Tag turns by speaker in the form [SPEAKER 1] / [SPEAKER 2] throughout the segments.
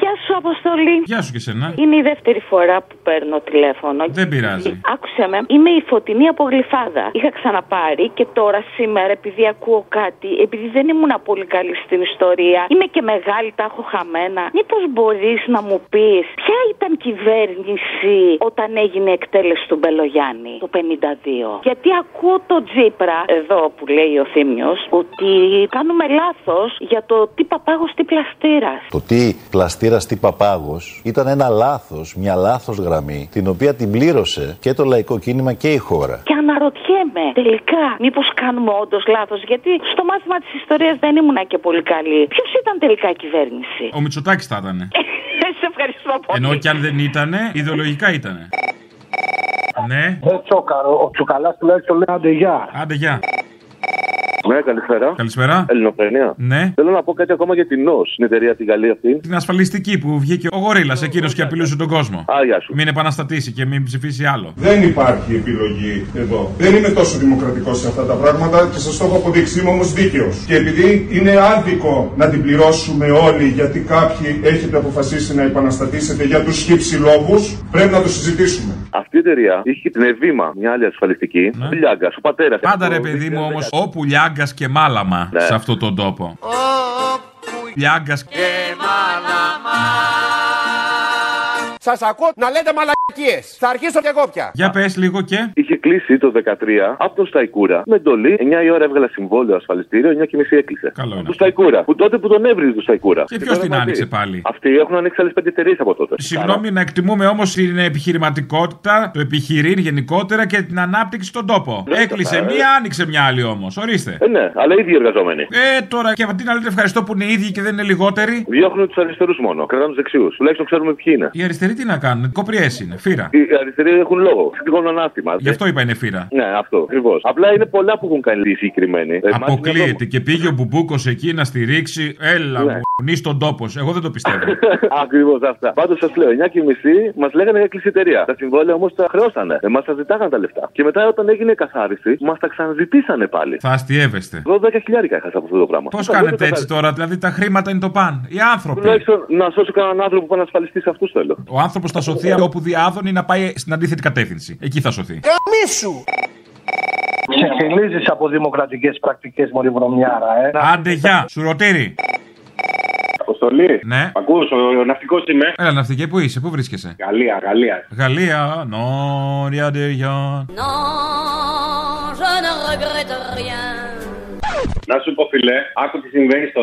[SPEAKER 1] Γεια σου, Αποστολή.
[SPEAKER 2] Γεια σου και σένα.
[SPEAKER 1] Είναι η δεύτερη φορά που παίρνω τηλέφωνο.
[SPEAKER 2] Δεν πειράζει.
[SPEAKER 1] Άκουσε με, είμαι η φωτεινή από γλυφάδα. Είχα ξαναπάρει και τώρα σήμερα, επειδή ακούω κάτι, επειδή δεν ήμουν πολύ καλή στην ιστορία, είμαι και μεγάλη, τα έχω χαμένα. Μήπως μπορείς να μου πεις ποια ήταν κυβέρνηση όταν έγινε εκτέλεση του Μπελογιάννη το 52. Γιατί ακούω τον Τζίπρα, εδώ που λέει ο Θήμιος, ότι κάνουμε λάθος για το τι παπάγος, τι πλαστήρας.
[SPEAKER 3] Το τι πλαστήρας τι παπάγος ήταν ένα λάθος, μια λάθος γραμμή, την οποία την πλήρωσε και το λαϊκό κίνημα και η χώρα.
[SPEAKER 1] Και αναρωτιέμαι τελικά, μήπως κάνουμε όντως λάθος, γιατί στο μάθημα της ιστορίας δεν ήμουνα και πολύ καλή. Ποιος ήταν τελικά η κυβέρνηση.
[SPEAKER 2] Ο Μητσοτάκης θα ήταν.
[SPEAKER 1] Σε ευχαριστώ πολύ.
[SPEAKER 2] Ενώ και αν δεν ήταν, ιδεολογικά ήταν. Ναι.
[SPEAKER 4] Δεν Ε, τσόκαρο. Ο τσουκαλάς τουλάχιστον λέει άντε γεια.
[SPEAKER 2] Άντε, γεια.
[SPEAKER 5] Ναι, καλησπέρα.
[SPEAKER 2] Καλησπέρα.
[SPEAKER 5] Ελληνοφρενία.
[SPEAKER 2] Ναι.
[SPEAKER 5] Θέλω να πω κάτι ακόμα για την ΝΟΣ, την εταιρεία τη Γαλλία αυτή.
[SPEAKER 2] Την ασφαλιστική που βγήκε ο γορίλας εκείνος και απειλούσε τον κόσμο.
[SPEAKER 5] Α, γεια σου.
[SPEAKER 2] Μην επαναστατήσει και μην ψηφίσει άλλο.
[SPEAKER 6] Δεν υπάρχει επιλογή εδώ. Δεν είμαι τόσο δημοκρατικός σε αυτά τα πράγματα και σας το έχω αποδείξει. Είμαι όμως δίκαιος. Και επειδή είναι άδικο να την πληρώσουμε όλοι γιατί κάποιοι έχετε αποφασίσει να επαναστατήσετε για τους χυψηλόγου, πρέπει να το συζητήσουμε.
[SPEAKER 5] Αυτή η εταιρεία είχε την Εβήμα, μια άλλη ασφαλιστική.
[SPEAKER 2] Ναι.
[SPEAKER 5] Ο Λιάγκας, ο πατέρας.
[SPEAKER 2] Πάντα ρε παιδί μου όμω, όπου λιάγκας και μάλαμα
[SPEAKER 5] Ναι.
[SPEAKER 2] σε αυτόν τον τόπο. Λιάγκας και
[SPEAKER 7] Σας ακούω να λέτε μαλακίες. Θα αρχίσω και εγώ πια.
[SPEAKER 2] Για πες λίγο και.
[SPEAKER 5] Είχε κλείσει το 13 από τον Σταϊκούρα. Με εντολή, 9 η ώρα έβγαλε συμβόλαιο ασφαλιστήριο, 9 και μισή έκλεισε.
[SPEAKER 2] Καλό είναι
[SPEAKER 5] Του
[SPEAKER 2] αυτό.
[SPEAKER 5] Σταϊκούρα. Που τότε που τον έβριζε του Σταϊκούρα.
[SPEAKER 2] Και ποιος
[SPEAKER 5] τώρα
[SPEAKER 2] την
[SPEAKER 5] μαζί.
[SPEAKER 2] άνοιξε πάλι?
[SPEAKER 5] Αυτοί έχουν ανοίξει άλλες 5 εταιρείες από τότε.
[SPEAKER 2] Συγγνώμη, να εκτιμούμε όμως την επιχειρηματικότητα, το επιχειρήν γενικότερα και την ανάπτυξη στον τόπο.
[SPEAKER 5] Ναι,
[SPEAKER 2] Έκλεισε
[SPEAKER 5] καλά, ε.
[SPEAKER 2] μία, άνοιξε μία άλλη όμως. Ορίστε.
[SPEAKER 5] Ε, ναι, αλλά οι ίδιοι οι εργαζόμενοι.
[SPEAKER 2] Ε, τώρα και αντί να λέτε ευχαριστώ που είναι οι ίδιοι και δεν είναι λιγότεροι.
[SPEAKER 5] Διώχνουν τους αριστερούς μόνο. Κρατάνε τους δεξιούς. Τουλάχιστον ξέρουμε ποιοι είναι.
[SPEAKER 2] Οι αριστεροί τι να κάνουν, κοπριέ είναι, φύρα.
[SPEAKER 5] Οι αριστεροί έχουν λόγο. Σηκώνουν ανάστημα.
[SPEAKER 2] Γι' αυτό είπα είναι φύρα.
[SPEAKER 5] Ναι, αυτό ακριβώς. Απλά είναι πολλά που έχουν κάνει οι συγκεκριμένοι. Ε, μάθημα
[SPEAKER 2] Αποκλείεται και πήγε ο Μπουμπούκος εκεί να στηρίξει. Έλα,
[SPEAKER 5] Ναι.
[SPEAKER 2] μου στον στον τόπο. σου». Εγώ δεν το πιστεύω.
[SPEAKER 5] Ακριβώς αυτά. Πάντως σας λέω, 9 και μισή μας λέγανε για κλειστή εταιρεία. Τα συμβόλαια όμως τα χρεώσανε. Εμάς τα ζητάγανε τα λεφτά. Και μετά όταν έγινε η καθάριση, μας τα ξαναζητήσανε πάλι.
[SPEAKER 2] Θα
[SPEAKER 4] Ναι,
[SPEAKER 2] αστείευεστε.
[SPEAKER 5] 12 χιλιάρικα έχασα από αυτό το πράγμα.
[SPEAKER 2] Πώς
[SPEAKER 5] Όταν
[SPEAKER 2] κάνετε
[SPEAKER 5] δεν το
[SPEAKER 2] έτσι τώρα, δηλαδή τα χρήματα είναι το παν. Οι
[SPEAKER 4] Ναι.
[SPEAKER 2] άνθρωποι.
[SPEAKER 5] Τουλάχιστον να σώσω κανέναν άνθρωπο που ανασφαλιστεί σε αυτούς θέλω.
[SPEAKER 2] Ο άνθρωπος θα σωθεί όπου διάδωνει να πάει στην αντίθετη κατεύθυνση. Εκεί θα σωθεί.
[SPEAKER 7] Καμίσου!
[SPEAKER 4] Ξεχυλίζει από δημοκρατικές πρακτικές, Μωρή Βρωμιάρα, ε.
[SPEAKER 2] Άντε, γεια, σουρωτήρι.
[SPEAKER 8] Αποστολή.
[SPEAKER 2] Ναι.
[SPEAKER 8] Μ' ακούς, ο ναυτικός είμαι.
[SPEAKER 2] Έλα, ναυτικέ, πού είσαι, πού βρίσκεσαι.
[SPEAKER 8] Γαλλία, Γαλλία.
[SPEAKER 2] Γαλλία, νόρια ντεριών.
[SPEAKER 9] Non, je ne regrette rien.
[SPEAKER 8] Να σου πω, φιλέ, άκου τι συμβαίνει στο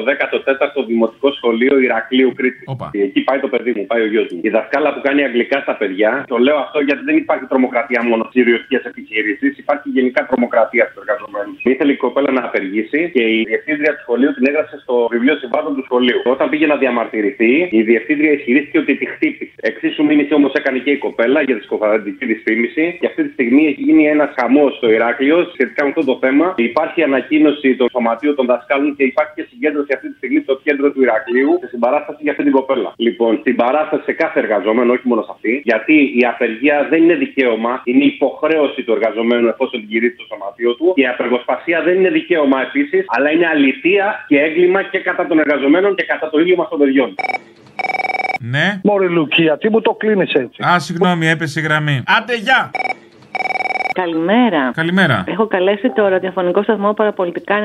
[SPEAKER 8] 14ο Δημοτικό Σχολείο Ηρακλείου Κρήτη.
[SPEAKER 2] Όπα.
[SPEAKER 8] Εκεί πάει το παιδί μου, πάει ο γιος μου. Η δασκάλα που κάνει αγγλικά στα παιδιά, το λέω αυτό γιατί δεν υπάρχει τρομοκρατία μόνο στις ιδιωτικές επιχειρήσεις, υπάρχει γενικά τρομοκρατία στους εργαζομένους. Ήθελε η κοπέλα να απεργήσει και η διευθύντρια του σχολείου την έγραψε στο βιβλίο συμβάντων του σχολείου. Όταν πήγε να διαμαρτυρηθεί, η διευθύντρια ισχυρίστηκε ότι τη χτύπησε. Εξίσου μήνυση όμως έκανε και η κοπέλα για τη σκοφαντική δυσφήμιση. Και αυτή τη στιγμή έχει γίνει ένας χαμός στο Ηράκλειο σχετικά με αυτό το θέμα. Υπάρχει ανακοίνωση των σωματείων των δασκάλων και υπάρχει και συγκέντρωση αυτή τη στιγμή στο κέντρο του Ηρακλείου σε συμπαράσταση για αυτή την κοπέλα. Λοιπόν, στην παράσταση σε κάθε εργαζόμενο, όχι μόνο σε αυτή, γιατί η απεργία δεν είναι δικαίωμα, είναι υποχρέωση του εργαζομένου εφόσον την κηρύττει το σωματείο του. Η απεργοσπασία δεν είναι δικαίωμα επίσης, αλλά είναι αληθεία και έγκλημα και κατά των εργαζομένων και κατά το ίδιο μας των παιδιών.
[SPEAKER 2] Ναι.
[SPEAKER 4] Μωρή Λουκία, τι μου το κλείνεις έτσι.
[SPEAKER 2] Α, συγγνώμη, έπεσε η γραμμή. Άντε, γεια.
[SPEAKER 1] Καλημέρα.
[SPEAKER 2] Καλημέρα.
[SPEAKER 1] Έχω καλέσει το ραδιοφωνικό σταθμό Παραπολιτικά 90,1.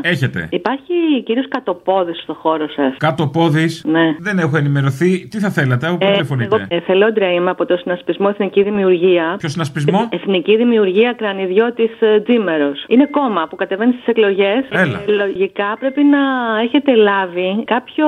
[SPEAKER 2] Έχετε.
[SPEAKER 1] Υπάρχει κύριος Κατοπόδης στο χώρο σας.
[SPEAKER 2] Κάτω πόδι.
[SPEAKER 1] Ναι. Ε,
[SPEAKER 2] Δεν έχω ενημερωθεί. Τι θα θέλατε, όπου τηλεφωνείτε.
[SPEAKER 1] εγώ εθελόντρια είμαι από το Συνασπισμό Εθνική Δημιουργία. Ε,
[SPEAKER 2] Ποιο συνασπισμό.
[SPEAKER 1] Εθνική Δημιουργία Κρανιδιώτης ε, Τζίμερος. Είναι κόμμα που κατεβαίνει στις εκλογές.
[SPEAKER 2] Έλα.
[SPEAKER 1] λογικά πρέπει να έχετε λάβει κάποιο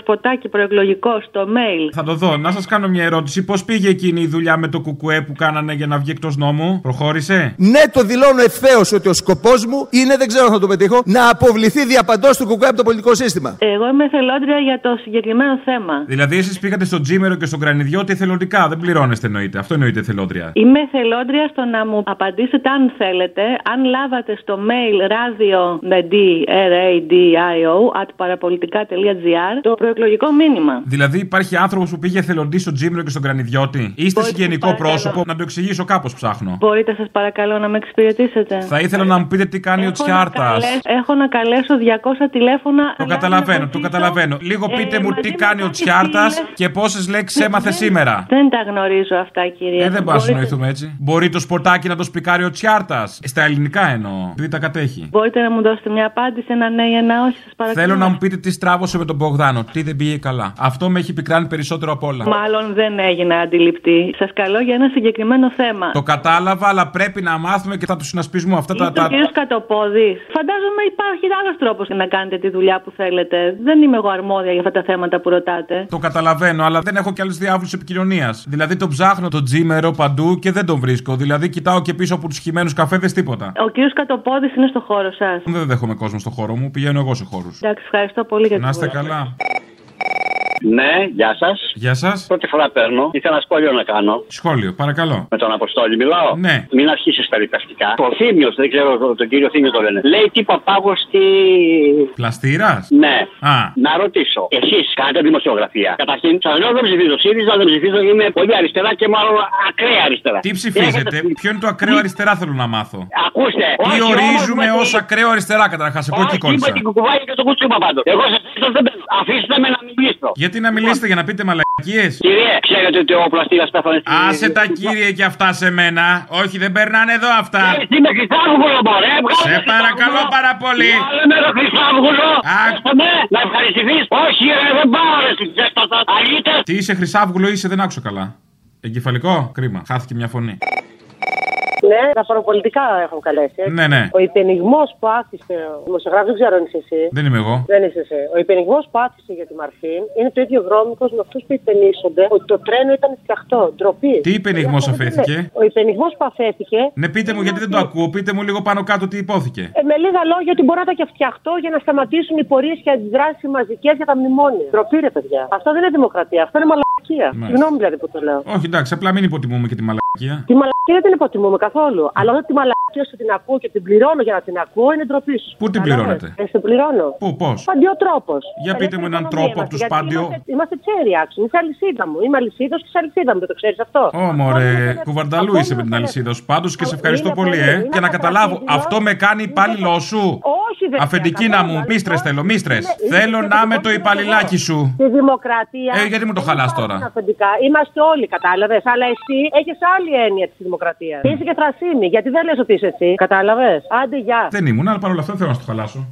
[SPEAKER 1] σποτάκι προεκλογικό στο mail.
[SPEAKER 2] Θα το δω. Να σας κάνω μια ερώτηση. Πώς πήγε εκείνη η δουλειά με το κουκουέ που κάνανε για να βγει εκτός νόμου. μου, προχώρησε.
[SPEAKER 9] Ναι, το δηλώνω ευθέως ότι ο σκοπός μου είναι, δεν ξέρω αν θα το πετύχω, να αποβληθεί διαπαντός του κουκουέ από το πολιτικό σύστημα.
[SPEAKER 10] Εγώ είμαι θελόντρια για το συγκεκριμένο θέμα.
[SPEAKER 2] Δηλαδή, εσείς πήγατε στο τζίμερο και στον κρανιδιώτη εθελοντικά. Δεν πληρώνεστε, εννοείται. Αυτό εννοείται εθελόντρια.
[SPEAKER 10] Είμαι θελόντρια στο να μου απαντήσετε αν θέλετε, αν λάβατε στο mail radio με D, R, A, D, I, O, at παραπολιτικά.gr το προεκλογικό μήνυμα.
[SPEAKER 2] Δηλαδή, υπάρχει άνθρωπος που πήγε εθελοντή στο τζίμερο και στον κρανιδιώτη. Είστε συγγενικό πρόσωπο, να το εξηγήσω κάπως ψάχνω.
[SPEAKER 10] Μπορείτε, σας παρακαλώ, να με εξυπηρετήσετε.
[SPEAKER 2] Θα ήθελα να μου πείτε τι κάνει ο
[SPEAKER 10] Έχω να
[SPEAKER 2] Τσιάρτας.
[SPEAKER 10] καλέσω- Έχω να καλέσω 200 τηλέφωνα.
[SPEAKER 2] Το καταλαβαίνω, το καταλαβαίνω. Λίγο πείτε μου τι κάνει ο Τσιάρτα και πόσες λέξεις έμαθε σήμερα.
[SPEAKER 10] Δεν τα γνωρίζω αυτά, κύριε.
[SPEAKER 2] Ε, δεν πας να
[SPEAKER 10] Μπορείτε-
[SPEAKER 2] συνοηθούμε έτσι. Μπορεί το σποτάκι να το σπικάρει ο Τσιάρτας. Στα ελληνικά εννοώ, επειδή τα κατέχει.
[SPEAKER 10] Μπορείτε να μου δώσετε μια απάντηση, ένα ναι ή ένα όχι, σας παρακαλώ.
[SPEAKER 2] Θέλω να μου πείτε τι στράβωσε με τον Μπογδάνο, τι δεν πήγε καλά. Αυτό με έχει πικράνει περισσότερο απ' όλα.
[SPEAKER 10] Μάλλον δεν έγινα αντιληπτή. Σας καλώ για ένα συγκεκριμένο θέμα.
[SPEAKER 2] Το κατάλαβα, αλλά πρέπει να μάθουμε και θα του συνασπίσουμε αυτά τα.
[SPEAKER 10] Είστε ο
[SPEAKER 2] τα...
[SPEAKER 10] κύριος Κατοπόδης. Φαντάζομαι υπάρχει άλλος τρόπος να κάνετε τη δουλειά που θέλετε. Δεν είμαι εγώ αρμόδια για αυτά τα θέματα που ρωτάτε.
[SPEAKER 2] Το καταλαβαίνω, αλλά δεν έχω και άλλους διάβλους επικοινωνίας. Δηλαδή τον ψάχνω τον τζίμερο παντού και δεν τον βρίσκω. Δηλαδή κοιτάω και πίσω από τους χυμένους καφέδες τίποτα.
[SPEAKER 10] Ο κύριος Κατοπόδης είναι στο χώρο σας.
[SPEAKER 2] Δεν δέχομαι κόσμο στο χώρο μου, πηγαίνω εγώ σε χώρους.
[SPEAKER 10] Εντάξει, ευχαριστώ πολύ για την
[SPEAKER 2] Να είστε
[SPEAKER 10] βοήθεια.
[SPEAKER 2] καλά.
[SPEAKER 11] Ναι, γεια σας.
[SPEAKER 2] Γεια σας.
[SPEAKER 11] Πρώτη φορά παίρνω. Ήθελα ένα σχόλιο να κάνω.
[SPEAKER 2] Σχόλιο, παρακαλώ.
[SPEAKER 11] Με τον Αποστόλη μιλάω.
[SPEAKER 2] Ναι.
[SPEAKER 11] Μην αρχίσεις τα δικαστικά. Ο Θήμιος, δεν ξέρω το- τον κύριο Θήμιο το λένε. Λέει τι παπάγος τι.
[SPEAKER 2] Πλαστήρας.
[SPEAKER 11] Ναι.
[SPEAKER 2] Α.
[SPEAKER 11] Να ρωτήσω. Εσείς κάνετε δημοσιογραφία. Καταρχήν, σας λέω δεν ψηφίζω ΣΥΡΙΖΑ, δεν ψηφίζω. Είμαι πολύ αριστερά και μάλλον ακραία αριστερά.
[SPEAKER 2] Τι ψηφίζετε, ποιο είναι το ακραίο αριστερά θέλω να μάθω.
[SPEAKER 11] Ακούστε.
[SPEAKER 2] Τι
[SPEAKER 11] όχι,
[SPEAKER 2] ορίζουμε
[SPEAKER 11] όμως,
[SPEAKER 2] ω ακραίο αριστερά καταρχάς, εγώ εκεί
[SPEAKER 11] Όχι, είπα
[SPEAKER 2] κόλλησα.
[SPEAKER 11] την κουκουβάγια και το κουτσούμπα πάντως. Εγώ σας ίσω δεν παίρνω. Αφήστε με να μιλήσω.
[SPEAKER 2] Γιατί να μιλήσετε για να πείτε μαλακίες.
[SPEAKER 11] Κύριε, ξέρετε ότι ο πλαστήρα πέθανε στη-
[SPEAKER 2] Άσε τα κύριε και αυτά σε μένα. Όχι, δεν περνάνε εδώ αυτά.
[SPEAKER 11] Ε, Εσύ με Χρυσάβγουλο, μωρέ, βγάλε
[SPEAKER 2] Σε παρακαλώ πάρα πολύ.
[SPEAKER 11] Βγάλε με το Χρυσάβγουλο. Άκουσα με, ναι, να ευχαριστηθείς. Όχι, ρε, δεν πάω, ρε, στις ζέστατα. Αλήτες.
[SPEAKER 2] Τι είσαι, Χρυσάβγουλο, είσαι, δεν άκουσα καλά. Εγκεφαλικό, κρίμα. Χάθηκε μια φωνή.
[SPEAKER 12] Ναι, τα παραπολιτικά έχω καλέσει. έτσι.
[SPEAKER 2] Ναι, ναι.
[SPEAKER 12] Ο υπενιγμός που άθισε ο δημοσιογράφος, δεν ξέρω αν είσαι εσύ.
[SPEAKER 2] Δεν είμαι εγώ.
[SPEAKER 12] Δεν είσαι εσύ. Ο υπενιγμός που άθισε για τη Μαρφίν είναι το ίδιο βρώμικος με αυτούς που υπενήσονται ότι το τρένο ήταν φτιαχτό. Ντροπή.
[SPEAKER 2] Τι υπενιγμός αφέθηκε.
[SPEAKER 12] Ο υπενιγμός που αφέθηκε.
[SPEAKER 2] Ναι, πείτε μου γιατί δεν το ακούω. Πείτε μου λίγο πάνω κάτω τι υπόθηκε.
[SPEAKER 12] ε, με λίγα λόγια ότι μπορεί να ήταν και φτιαχτό για να σταματήσουν οι πορείες και αντιδράσεις μαζικές για τα μνημόνια. Ντροπή, ρε παιδιά. Αυτό δεν είναι δημοκρατία. Αυτό είναι μαλακία.
[SPEAKER 2] Μάλιστα.
[SPEAKER 12] Συγγνώμη δηλαδή που το λέω.
[SPEAKER 2] Όχι, εντάξει, απλά μην υποτιμούμε και τη μαλακία.
[SPEAKER 12] Τη μαλακία δεν την υποτιμούμε καθόλου. Αλλά όταν τη μαλακία σου την ακούω και την πληρώνω για να την ακούω, είναι ντροπή σου.
[SPEAKER 2] Πού την
[SPEAKER 12] Κατάλαβες?
[SPEAKER 2] πληρώνετε?
[SPEAKER 12] Ε, στην πληρώνω.
[SPEAKER 2] Πού, πώς?
[SPEAKER 12] Παντιό τρόπο.
[SPEAKER 2] Για πείτε μου έναν τρόπο από τους πάντιο.
[SPEAKER 12] Είμαστε, είμαστε τσέρι, άξιο. Είσαι αλυσίδα μου. Είμαι αλυσίδα και είσαι αλυσίδα μου. Δεν το ξέρεις αυτό.
[SPEAKER 2] Όμω, ρε, κουβαρνταλού είσαι με την αλυσίδα σου. Πάντως και σε ευχαριστώ πολύ, ε. Και να καταλάβω, αυτό με κάνει υπάλληλό σου.
[SPEAKER 12] Όχι, δεν
[SPEAKER 2] Αφεντική να μου, μίστρε θέλω, μίστρε.
[SPEAKER 12] είναι
[SPEAKER 2] Θέλω να είμαι το υπαλληλάκι σου.
[SPEAKER 12] Στη δημοκρατία.
[SPEAKER 2] Ε, γιατί μου το
[SPEAKER 12] δεν
[SPEAKER 2] χαλάς
[SPEAKER 12] υπάρχουν
[SPEAKER 2] τώρα?
[SPEAKER 12] αφεντικά. Είμαστε όλοι, κατάλαβες. Αλλά εσύ έχεις άλλη έννοια της δημοκρατίας. Είσαι και θρασίμη. Γιατί δεν λες ότι είσαι εσύ, κατάλαβες. Άντε, γεια.
[SPEAKER 2] Δεν ήμουν, αλλά παρόλα αυτά δεν θέλω να στο χαλάσω.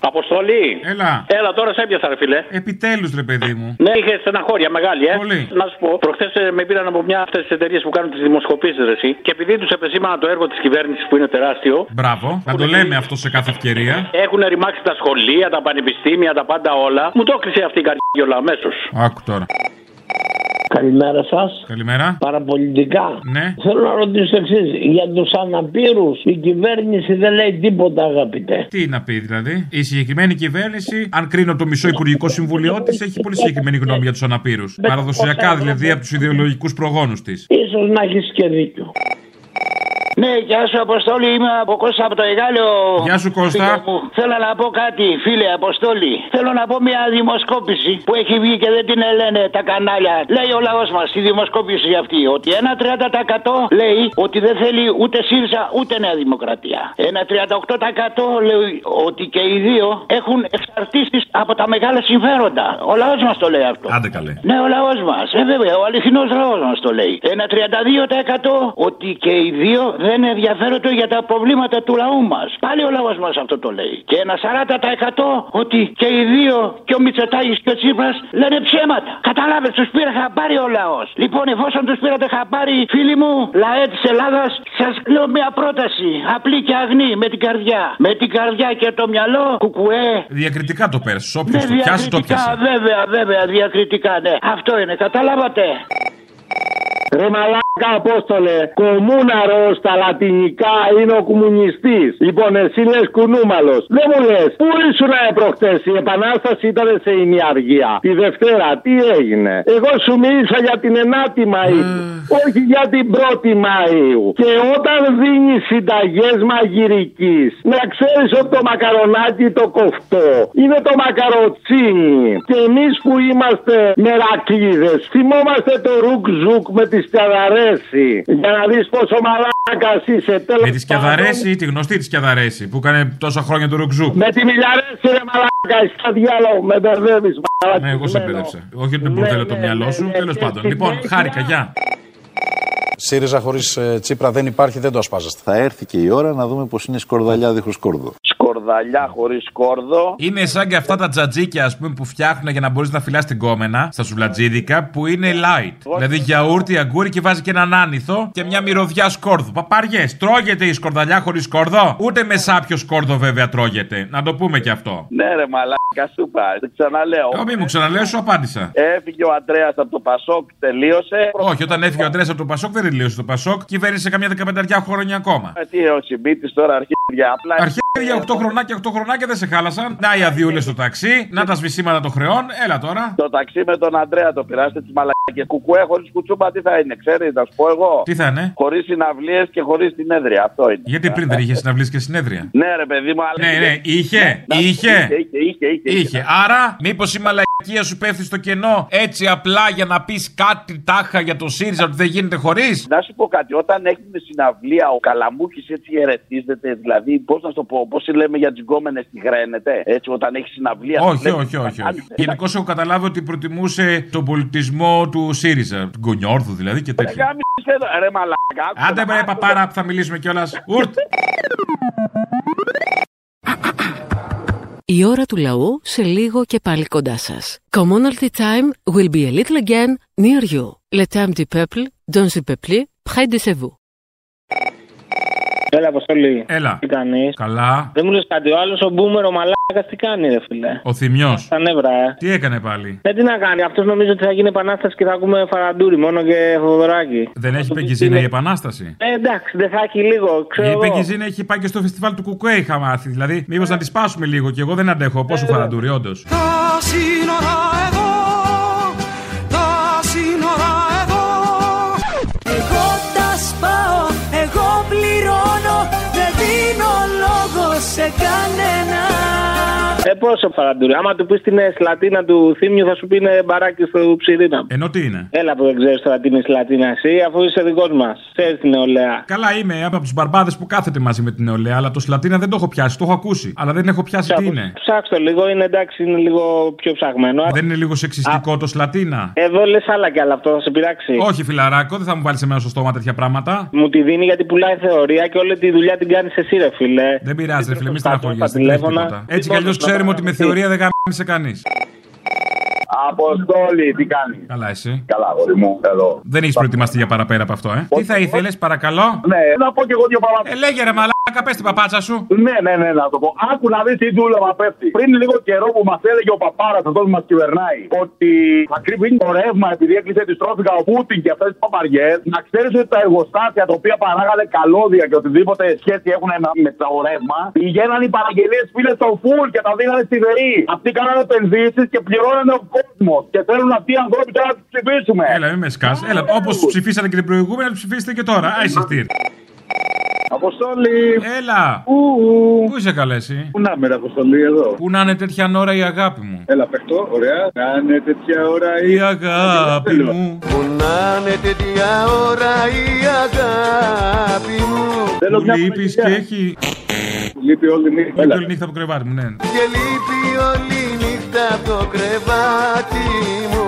[SPEAKER 7] Αποστολή.
[SPEAKER 2] Έλα.
[SPEAKER 7] Έλα, τώρα σε έπιασα, ρε φίλε.
[SPEAKER 2] Επιτέλους, ρε παιδί μου.
[SPEAKER 7] Ναι, είχε στεναχώρια μεγάλη, ε. Να σου πω, προχθές με πήραν από μια αυτές τις εταιρείες που κάνουν τις δημοσκοπήσεις, ρε. εσύ. Και επειδή τους επεσήμανα το έργο της κυβέρνησης που είναι τεράστιο,
[SPEAKER 2] Μπράβο, θα το λέμε αυτό σε κάθε ευκαιρία.
[SPEAKER 7] έχουν ρημάξει τα σχολεία, τα πανεπιστήμια, τα πάντα όλα. Μου το έκλεισε αυτή η καρδιόλα αμέσως.
[SPEAKER 2] Άκου τώρα.
[SPEAKER 13] Καλημέρα σας.
[SPEAKER 2] Καλημέρα.
[SPEAKER 13] Παραπολιτικά.
[SPEAKER 2] Ναι.
[SPEAKER 13] Θέλω να ρωτήσω εξής. Για τους αναπήρους η κυβέρνηση δεν λέει τίποτα, αγαπητέ.
[SPEAKER 2] Τι να πει δηλαδή. Η συγκεκριμένη κυβέρνηση, αν κρίνω το μισό Υπουργικό Συμβουλίο της, έχει πολύ συγκεκριμένη γνώμη για τους αναπήρους. Παραδοσιακά δηλαδή από τους ιδεολογικούς προγόνους της.
[SPEAKER 12] Ε,
[SPEAKER 13] Ίσως να έχεις και δίκιο.
[SPEAKER 14] Ναι, γεια σου Αποστόλη, είμαι από Κώστα από το Εγάλιο.
[SPEAKER 2] Γεια σου, Κώστα.
[SPEAKER 14] φίλε μου. Θέλω να πω κάτι, φίλε Αποστόλη. Θέλω να πω μια δημοσκόπηση που έχει βγει και δεν την λένε τα κανάλια. Λέει ο λαός μας στη δημοσκόπηση αυτή ότι ένα 30% λέει ότι δεν θέλει ούτε ΣΥΡΙΖΑ ούτε Νέα Δημοκρατία. Ένα 38% λέει ότι και οι δύο έχουν εξαρτήσεις από τα μεγάλα συμφέροντα. Ο λαός μας το λέει αυτό.
[SPEAKER 2] Άντε καλέ.
[SPEAKER 14] Ναι, ο λαός μας. Ε, βέβαια, ο αληθινός λαός μας το λέει.
[SPEAKER 15] Ε,
[SPEAKER 14] Ένα 32% ότι και οι δύο δεν ενδιαφέρονται για τα προβλήματα του λαού μας. Πάλι ο λαός μας αυτό το λέει. Και ένα 40% ότι και οι δύο, και ο Μητσοτάκης και ο Τσίπρας, λένε ψέματα. Κατάλαβε, τους πήρε χαμπάρι ο λαός. Λοιπόν, εφόσον τους πήρατε χαμπάρι, φίλοι μου, λαέ της Ελλάδας, σας λέω μια πρόταση. Απλή και αγνή, με την καρδιά. Με την καρδιά και το μυαλό, κουκουέ,
[SPEAKER 2] Διακριτικά το πέρασες. Όποιος
[SPEAKER 14] ναι,
[SPEAKER 2] το πιάσει, το
[SPEAKER 14] διακριτικά,
[SPEAKER 2] πιάσει.
[SPEAKER 14] βέβαια, βέβαια, διακριτικά, ναι. Αυτό είναι, καταλάβατε.
[SPEAKER 13] Ρε μαλάκα,
[SPEAKER 16] Απόστολε, κομμούναρο στα λατινικά είναι ο κομμουνιστής. Λοιπόν, εσύ λες κουνούμαλος. Δεν μου λες, πού ήσουν προχτές. Η επανάσταση ήταν σε ημιαργία. Τη Δευτέρα, τι έγινε. Εγώ σου μίλησα για την 9η Μαου. Όχι για την 1η Μαου. Και όταν δίνει συνταγές μαγειρικής, να ξέρεις ότι το μακαρονάκι το κοφτό είναι το μακαροτσίνι. Και εμείς που είμαστε μερακλείδες, θυμόμαστε το ρουκ ζουκ με τη σκιαδαρέση. Για να δεις πόσο μαλάκας είσαι τέλος
[SPEAKER 2] Με τη Σκιαδαρέση ή τη γνωστή της Σκιαδαρέση που έκανε τόσα χρόνια το ρουκζού.
[SPEAKER 16] Με τη μιλιαρέση ρε μαλάκα, είσαι στα διάλογο, με μπερδεύεις.
[SPEAKER 2] Ναι, εγώ σε μπέρδεψα. Όχι ότι με μπουρδέλα το μυαλό σου. Τέλο πάντων. Λοιπόν, χάρηκα, γεια.
[SPEAKER 3] ΣΥΡΙΖΑ χωρίς Τσίπρα δεν υπάρχει, δεν το ασπάζεστε. Θα έρθει και η ώρα να δούμε πώς είναι σκορδαλιά δίχω σκόρδο.
[SPEAKER 7] Σκορδαλιά χωρίς σκόρδο.
[SPEAKER 2] Είναι σαν και αυτά τα τζατζίκια ας πούμε, που φτιάχνουν για να μπορείς να φυλάς την κόμενα στα σουβλατζίδικα που είναι light. Δηλαδή γιαούρτι, αγκούρι και βάζει και έναν άνηθο και μια μυρωδιά σκόρδου. Παπαριές, τρώγεται η σκορδαλιά χωρίς σκόρδο. Ούτε με σάπιο σκόρδο βέβαια τρώγεται. Να το πούμε και αυτό.
[SPEAKER 7] Ναι, ρε μαλάκα, σου είπα. Σε Ξαναλέω.
[SPEAKER 2] Εγώ μη μου ξαναλέω, σου απάντησα.
[SPEAKER 7] Έφυγε ο Αντρέας από το Πασόκ, τελείωσε.
[SPEAKER 2] Όχι, όταν έφυγε ο Αντρέας από το Πασόκ δεν τελείωσε το Πασόκ. Κυβέρνησε καμιά δεκαπενταριά χρόνια ακόμα.
[SPEAKER 7] Ε, Τι ο Σιμπίτη τώρα αρχίδια. Απλά.
[SPEAKER 2] Αρχαία 8 χρονάκια, 8 χρονάκια δεν σε χάλασαν. Να οι αδειούλες στο ταξί, να τα σβησίματα των χρεών. Έλα τώρα.
[SPEAKER 7] Το ταξί με τον Αντρέα το πειράσετε τις μαλακίες. Κουκουέ χωρίς κουτσούμπα τι θα είναι, ξέρεις, να σου πω εγώ.
[SPEAKER 2] Τι θα είναι.
[SPEAKER 7] Χωρίς συναυλίες και χωρίς την έδρια. Αυτό είναι.
[SPEAKER 2] Γιατί πριν δεν είχες συναυλίες και συνέδρια.
[SPEAKER 7] Ναι, ρε παιδί μου, αλλά.
[SPEAKER 2] Ναι, ναι, είχε,
[SPEAKER 7] Ναι, ναι,
[SPEAKER 2] είχε.
[SPEAKER 7] Είχε, είχε, είχε.
[SPEAKER 2] Είχε. Άρα, μήπως η μαλακία σου πέφτει στο κενό έτσι απλά για να πεις κάτι τάχα για το ΣΥΡΙΖΑ ότι δεν γίνεται χωρίς.
[SPEAKER 7] Να σου πω κάτι, όταν έγινε συναυλία, ο Καλαμούκης έτσι ερετίζεται, δηλαδή, πώς να σου το πω, πώς λέμε για τις γκόμενες, τη γραίνεται, έτσι, όταν έχεις συναυλία.
[SPEAKER 2] Όχι,
[SPEAKER 7] βλέπεις
[SPEAKER 2] όχι,
[SPEAKER 7] Ναι. να
[SPEAKER 2] όχι. όχι.
[SPEAKER 7] κάνεις.
[SPEAKER 2] Γενικώ έχω καταλάβει ότι προτιμούσε τον πολιτισμό του ΣΥΡΙΖΑ, του Γκονιόρδου δηλαδή και
[SPEAKER 7] Ρε,
[SPEAKER 2] τέτοια.
[SPEAKER 7] γάμισε εδώ, Ρε μαλακά.
[SPEAKER 2] Άντε μπρε παπάρα που θα μιλήσουμε κιόλας. Ουρτ!
[SPEAKER 17] Η ώρα του λαού σε λίγο και πάλι κοντά σας. Commonalty time will be a little again near you. Le temps du peuple, dans le peuple, près de chez vous.
[SPEAKER 13] Έλα, Αποστολή.
[SPEAKER 2] Έλα.
[SPEAKER 13] Τι κάνεις.
[SPEAKER 2] Καλά.
[SPEAKER 13] Δεν μου λες κάτι. Ο άλλος ο Μπούμερο ο μαλάκας τι κάνει, ρε φίλε.
[SPEAKER 2] Ο Θημιό.
[SPEAKER 13] Στα νεύρα, ε.
[SPEAKER 2] Τι έκανε πάλι.
[SPEAKER 13] Δεν τι να κάνει. Αυτός νομίζω ότι θα γίνει επανάσταση και θα ακούμε φαραντούρι μόνο και φοβεράκι.
[SPEAKER 2] Δεν έχει πεγκυζίνα η επανάσταση.
[SPEAKER 13] Ε, εντάξει, δεν θα έχει λίγο. Ξέρω
[SPEAKER 2] Η
[SPEAKER 13] εγώ.
[SPEAKER 2] πεγκυζίνα έχει πάει και στο φεστιβάλ του Κουκουέ, είχα μάθει. Δηλαδή, μήπως να τη σπάσουμε λίγο και εγώ δεν αντέχω. Πόσο φαραντούρι, όντως.
[SPEAKER 18] Τα σύνορα εδώ, τα σύνορα εδώ. Εγώ τα σπάω, εγώ πληρώνω, δεν δίνω λόγο σε κανένα.
[SPEAKER 13] Ε, πόσο φαραντούρι. Άμα του πεις την ε, σλατίνα του θύμιου, θα σου πει είναι μπαράκι στο ψυρίνα.
[SPEAKER 2] Ενώ τι είναι.
[SPEAKER 13] Έλα που δεν ξέρεις τώρα τι είναι η σλατίνα εσύ, αφού είσαι δικός μας. Ξέρεις την νεολαία.
[SPEAKER 2] Καλά είμαι από τους μπαρμπάδες που κάθεται μαζί με την νεολαία, αλλά το σλατίνα δεν το έχω πιάσει, το έχω ακούσει. Αλλά δεν έχω πιάσει τι είναι.
[SPEAKER 13] Ψάξτε λίγο, είναι εντάξει, είναι λίγο πιο ψαγμένο.
[SPEAKER 2] Δεν είναι λίγο σεξιστικό το σλατίνα.
[SPEAKER 13] Εδώ λες άλλα κι άλλα, αυτό θα σε πειράξει.
[SPEAKER 2] Όχι, φιλαράκο, δεν θα μου βάλεις σε μένα στο στόμα τέτοια πράγματα.
[SPEAKER 13] Μου τη δίνει γιατί πουλάει θεωρία και όλη τη δουλειά την κάνεις εσύ, ρε φίλε.
[SPEAKER 2] Δεν πειράζει, ρε φίλε, μη
[SPEAKER 13] Στα
[SPEAKER 2] στεναχωριέσαι. δεν τρέχει
[SPEAKER 13] τηλέφωνα.
[SPEAKER 2] τίποτα. Έτσι κι
[SPEAKER 13] Λοιπόν, να
[SPEAKER 2] αλλιώ ξέρουμε
[SPEAKER 13] πάμε
[SPEAKER 2] ότι με
[SPEAKER 13] να
[SPEAKER 2] θεωρία δεν γάμισε κανείς.
[SPEAKER 7] Αποστόλη, τι κάνεις.
[SPEAKER 2] Καλά, εσύ.
[SPEAKER 7] Καλά, γόρι μου, εδώ.
[SPEAKER 2] Δεν έχεις προετοιμαστεί για παραπέρα από αυτό, ε. Τι θα ήθελες, παρακαλώ.
[SPEAKER 7] Ναι, να πω κι εγώ δύο πράγματα.
[SPEAKER 2] Ε, λέγε ρε μαλάκα, πες την παπάτσα σου.
[SPEAKER 7] Ναι, ναι, ναι, να το πω. Άκου να δεις τι δούλευα πέφτει. Πριν λίγο καιρό που μας έλεγε ο παπάρας, αυτό που μας κυβερνάει, ότι θα κρύβει το ρεύμα επειδή έκλεισε τη στρόφιγγα ο Πούτιν και αυτές τι παπαριές, να ξέρεις ότι τα εργοστάσια τα οποία παράγανε καλώδια και οτιδήποτε σχέση έχουν να- με το ρεύμα, πηγαίναν οι παραγγελίες φίλες στο φουλ και τα δίνανε στη ΔΕΗ. Αυτοί κάνανε επενδύσεις και πληρώνανε ο κόσμος. Και θέλουν αυτοί οι άνθρωποι τώρα να του ψηφίσουμε.
[SPEAKER 2] Έλα, μην με σκάς. Έλα, όπως ψηφίσατε και την προηγούμενη, να ψηφίσετε και τώρα. Άισι
[SPEAKER 7] Αποστόλη!
[SPEAKER 2] Έλα! Πού είσαι καλέ, εσύ?
[SPEAKER 7] Πού να είμαι, ρε, Αποστολή, εδώ.
[SPEAKER 2] Πού να είναι τέτοια ώρα η αγάπη μου.
[SPEAKER 7] Έλα, παιχτώ, ωραία. Να είναι τέτοια ώρα
[SPEAKER 2] Η αγάπη μου.
[SPEAKER 7] Που να είναι τέτοια ώρα η αγάπη μου.
[SPEAKER 2] Που λείπει και έχει.
[SPEAKER 7] Λείπει όλη νύχτα.
[SPEAKER 2] Λείπει όλη νύχτα από το κρεβάτι μου, ναι.
[SPEAKER 7] Και λείπει όλη νύχτα από το κρεβάτι μου.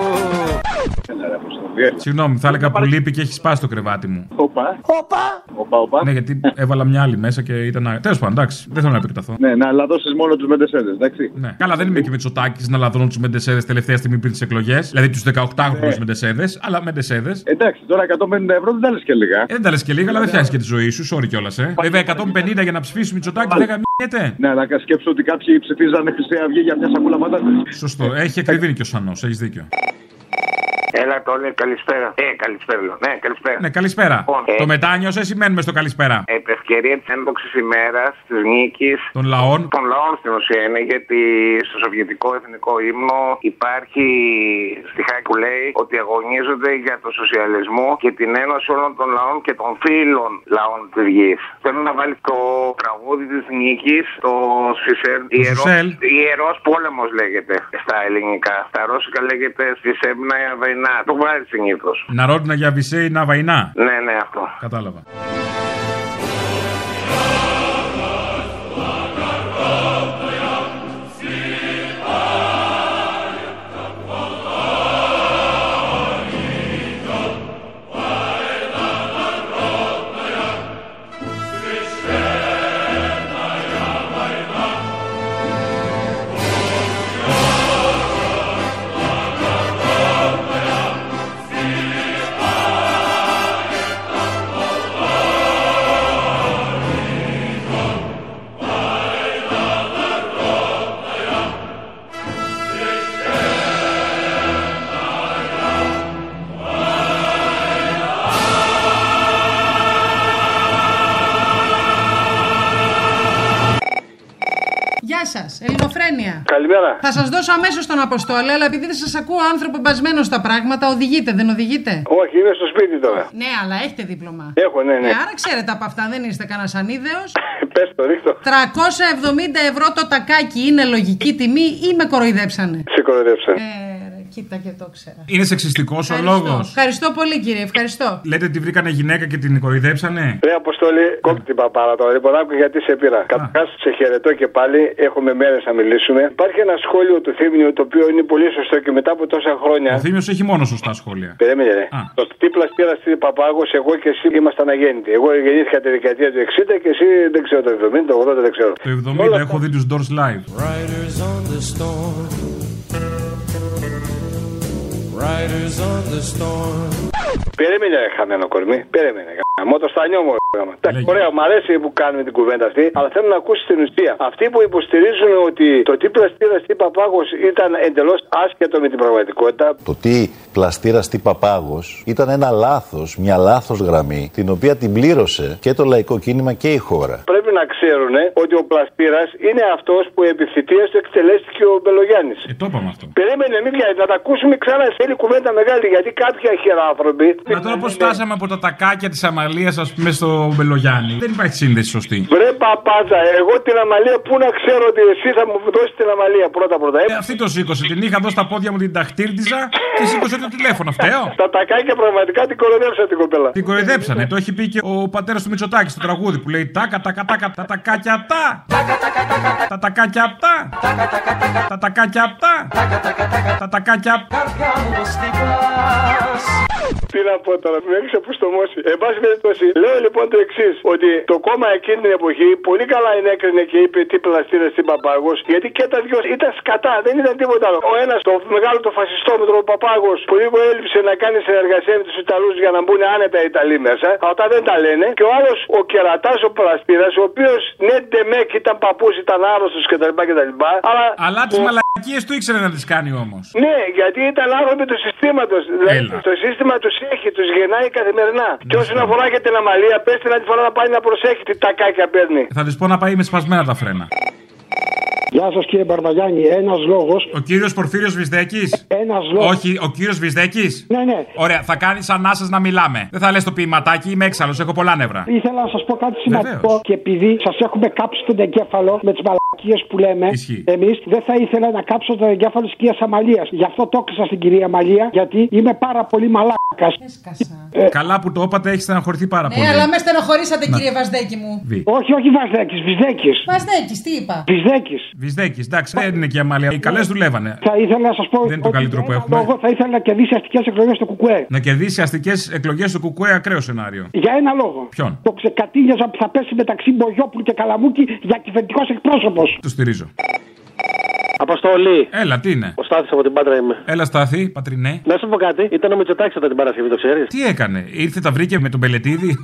[SPEAKER 2] Συγγνώμη, θα έλεγα που λείπει και έχει σπάσει το κρεβάτι μου.
[SPEAKER 7] Όπα. Όπα. Όπα, όπα.
[SPEAKER 2] Ναι, γιατί έβαλα μια άλλη μέσα και ήταν. Τέλος πάντων, εντάξει, δεν θέλω να επεκταθώ.
[SPEAKER 7] Ναι, να λαδώσεις μόνο τους μεντεσέδες, εντάξει.
[SPEAKER 2] Ναι. Καλά, δεν είμαι και με τσοτάκι να λαδρώνω τους Μεντεσέδες τελευταία στιγμή πριν τις εκλογές. Δηλαδή τους 18χρονου
[SPEAKER 7] Ναι.
[SPEAKER 2] Μεντεσέδες, αλλά Μεντεσέδες.
[SPEAKER 7] Εντάξει, Ναι. τώρα 150 ευρώ δεν τα λες και λίγα.
[SPEAKER 2] Ε, δεν τα λες και λίγα, αλλά δεν φτιάχνει και τη ζωή σου, sorry κιόλας. Ε. Βέβαια, 150 για να ψηφίσεις Μητσοτάκη δεν γαμιέται.
[SPEAKER 7] Ναι, αλλά σκέψω ότι κάποιοι ψηφίζανε Χρυσή Αυγή για μια σακούλα πατάτες.
[SPEAKER 2] Σωστό, έχει ακριβήνει και ο Σανός, έχεις δίκιο.
[SPEAKER 7] Έλα το λέει καλησπέρα. Ε, καλησπέρα. λέω. Ναι, καλησπέρα.
[SPEAKER 2] Ναι, καλησπέρα.
[SPEAKER 7] ε.
[SPEAKER 2] Το μετάνιωσε ή μένουμε στο καλησπέρα.
[SPEAKER 7] Επ' ευκαιρία της ένδοξης ημέρας, της νίκης.
[SPEAKER 2] Των λαών.
[SPEAKER 7] Των λαών στην ουσία είναι, γιατί στο Σοβιετικό Εθνικό Ύμνο υπάρχει στιχάκι που λέει ότι αγωνίζονται για τον σοσιαλισμό και την ένωση όλων των λαών και των φίλων λαών της γης. Θέλω να βάλει το τραγούδι της νίκης, το Σισελ.
[SPEAKER 2] Σισελ.
[SPEAKER 7] Ιερός πόλεμος λέγεται στα ελληνικά. Στα ρώσικα λέγεται Σισέμνα Βαϊνά. Το βγάζει συνήθως.
[SPEAKER 2] Να ρώτηνα για βυσέ ή να βαϊνά.
[SPEAKER 7] Ναι, ναι, αυτό.
[SPEAKER 2] Κατάλαβα.
[SPEAKER 19] Γεια σας, Ελληνοφρένεια.
[SPEAKER 20] Καλημέρα.
[SPEAKER 19] Θα σας δώσω αμέσως τον Αποστόλη, αλλά επειδή δεν σας ακούω άνθρωπο μπασμένος στα πράγματα, οδηγείτε, δεν οδηγείτε.
[SPEAKER 20] Όχι, είμαι στο σπίτι τώρα.
[SPEAKER 19] Ναι, αλλά έχετε δίπλωμα.
[SPEAKER 20] Έχω, ναι, ναι.
[SPEAKER 19] Ε, άρα ξέρετε από αυτά, δεν είστε κανένας ανίδεος.
[SPEAKER 20] Πες το, ρίχτω.
[SPEAKER 19] 370 ευρώ το τακάκι είναι λογική τιμή ή με κοροϊδέψανε.
[SPEAKER 20] Σε κοροϊδέψανε.
[SPEAKER 19] Ε, ρε, κοίτα και το ξέρα.
[SPEAKER 2] Είναι σεξιστικός ο λόγος.
[SPEAKER 19] Ευχαριστώ πολύ κύριε, ευχαριστώ.
[SPEAKER 2] Λέτε ότι βρήκανε γυναίκα και την κοροϊδέψανε.
[SPEAKER 20] Ρε Αποστόλη, κόψτε την παπάρα τώρα. Λοιπόν, άκου γιατί σε πήρα. Καταρχάς, σε χαιρετώ και πάλι. Έχουμε μέρες να μιλήσουμε. Υπάρχει ένα σχόλιο του Θήμιου το οποίο είναι πολύ σωστό και μετά από τόσα
[SPEAKER 2] Ο
[SPEAKER 20] χρόνια.
[SPEAKER 2] Θήμιος έχει μόνο σωστά σχόλια.
[SPEAKER 20] Περίμενε, ρε. Το τύπλα πήρα στη Παπάγος, εγώ και εσύ ήμασταν αγέννητοι. Εγώ γεννήθηκα τη δεκαετία του 60 και εσύ δεν ξέρω το 70, το 80, δεν ξέρω.
[SPEAKER 2] Το 70 έχω δει τους Doors Live.
[SPEAKER 9] Riders on the storm. Riders on the storm.
[SPEAKER 20] Περίμενε, ρε, χαμένο κορμί. Περίμενε. Γαμώ το στανιό μου, ρε, γαμώ. Εντάξει, ωραία, μου αρέσει που κάνουμε την κουβέντα αυτή, αλλά θέλω να ακούσεις την ουσία. Αυτοί που υποστηρίζουν ότι το τι πλαστήρας τι παπάγος ήταν εντελώς άσχετο με την πραγματικότητα,
[SPEAKER 3] Το τι πλαστήρας τι παπάγος ήταν ένα λάθος, μια λάθος γραμμή, την οποία την πλήρωσε και το λαϊκό κίνημα και η χώρα.
[SPEAKER 20] πρέπει να ξέρουν ότι ο πλαστήρας είναι αυτός που επιθυμία του εκτελέστηκε ο Μπελογιάννης.
[SPEAKER 2] Ε, το είπαμε αυτό.
[SPEAKER 20] Περίμενε, μην πιάνει, να τα ακούσουμε ξανά σε άλλη κουβέντα μεγάλη, γιατί κάποιοι αχυράθρωποι.
[SPEAKER 2] Μα τώρα πώς
[SPEAKER 20] ναι.
[SPEAKER 2] φτάσαμε από τα τακάκια της Αμαλίας, ας πούμε, στο Μπελογιάννη. Δεν υπάρχει σύνδεση σωστή.
[SPEAKER 20] Βρε παπάτσα, εγώ την αμαλία που να ξέρω ότι εσύ θα μου δώσεις την αμαλία πρώτα πρώτα. Ε,
[SPEAKER 2] Ε, αυτή το σήκωσε. Την είχα εδώ στα πόδια μου, την ταχτήρτιζα και σήκωσε το τηλέφωνο. Φταίω.
[SPEAKER 20] Τα τακάκια πραγματικά την κοροϊδέψα την κοπέλα.
[SPEAKER 2] Την κοροϊδέψανε. Το έχει πει και ο πατέρας του Μητσοτάκης στο τραγούδι που λέει Τάκα, τάκα, τάκα, τα τακάκια τα. Τα τακάκια τα. Τα τακάκια τα. Τα τακάκια
[SPEAKER 9] Καρδιά μου πως χτυπάς.
[SPEAKER 20] Τι να πω τώρα, με έχεις αποστομώσει. Εν πάση περιπτώσει, λέω λοιπόν το εξής: Ότι το κόμμα εκείνη την εποχή πολύ καλά ενέκρινε και είπε τι πλαστήρες στην παπάγο, γιατί και τα δυο ήταν σκατά, δεν ήταν τίποτα άλλο. Ο ένας, το μεγάλο το φασιστό με τον παπάγος, που λίγο έλειψε να κάνει συνεργασία με τους Ιταλούς για να μπουν άνετα οι Ιταλοί μέσα, αυτά δεν τα λένε. Και ο άλλος, ο κερατάς, ο πλαστήρας, ο οποίος ναι, ντεμέκ ήταν παππούς, ήταν άρρωστος κτλ. κτλ, Αλλά.
[SPEAKER 2] Αλλά τις
[SPEAKER 20] Ο-
[SPEAKER 2] μαλακίες του ήξερε να τις κάνει όμως.
[SPEAKER 20] ναι, γιατί ήταν άνθρωποι του συστήματος. Δηλαδή το σύστημα του έχει, τους γεννάει καθημερινά. Και όσον
[SPEAKER 2] Ναι.
[SPEAKER 20] αφορά και την αμαλία, πέστε να τη φορά να πάει να προσέχει τι τακάκια παίρνει.
[SPEAKER 2] Θα της πω να πάει με σπασμένα τα φρένα.
[SPEAKER 11] Γεια σας κύριε Μπαρμπαγιάννη, ένας λόγος.
[SPEAKER 2] Ο κύριος Πορφύριος Βυσδέκης.
[SPEAKER 11] Ένας λόγος.
[SPEAKER 2] Όχι, ο κύριος Βυσδέκης.
[SPEAKER 11] Ναι, ναι.
[SPEAKER 2] Ωραία, θα κάνεις ανάσες να μιλάμε. Δεν θα λες το ποιηματάκι, είμαι έξαλλος, έχω πολλά νεύρα.
[SPEAKER 11] Ήθελα να σας πω κάτι σημαντικό και επειδή σας έχουμε κάψει τον εγκέφαλο με τις μαλακίε που λέμε, εμείς δεν θα ήθελα να κάψω τον εγκέφαλο της κυρία Αμαλίας. Γι' αυτό το έκλεισα στην κυρία Αμαλία, γιατί είμαι πάρα πολύ μαλάκας. Ε.
[SPEAKER 2] Καλά που το είπατε, έχεις στεναχωρηθεί πάρα
[SPEAKER 19] Ναι,
[SPEAKER 2] πολύ.
[SPEAKER 19] αλλά με στενοχωρήσατε
[SPEAKER 2] Να-
[SPEAKER 19] κύριε Βασδέκη μου.
[SPEAKER 2] Βι.
[SPEAKER 11] Όχι, όχι Βασδέκης, Βυσδέκης.
[SPEAKER 19] Βασδέκης, τι είπα.
[SPEAKER 11] Βυσδέκης.
[SPEAKER 2] Βυσδέκης, εντάξει, δεν είναι και η αμαλία. Οι καλές δουλεύανε.
[SPEAKER 11] Θα ήθελα να σας πω.
[SPEAKER 2] Δεν είναι το καλύτερο που έχουμε.
[SPEAKER 11] Λόγο θα ήθελα να κερδίσει αστικές εκλογές στο Κουκουέ.
[SPEAKER 2] Να κερδίσει αστικές εκλογές του Κουκουέ, ακραίο σενάριο.
[SPEAKER 11] Για ένα λόγο.
[SPEAKER 2] Ποιον?
[SPEAKER 11] Το ξεκατίνιαζα που θα πέσει μεταξύ Μπογιόπουλου και Καλαμούκη για κυβερνητικός εκπρόσωπος.
[SPEAKER 2] Το στηρίζω.
[SPEAKER 5] Αποστολή.
[SPEAKER 2] Έλα, τι είναι.
[SPEAKER 5] Ο Στάθης από την Πάτρα είμαι.
[SPEAKER 2] Έλα, Στάθη, πατρινέ.
[SPEAKER 5] Να σου πω κάτι, ήταν ο Μητσοτάκης όταν την Παρασκευή, το ξέρεις.
[SPEAKER 2] Τι έκανε, ήρθε τα βρήκε με τον Πελετίδη.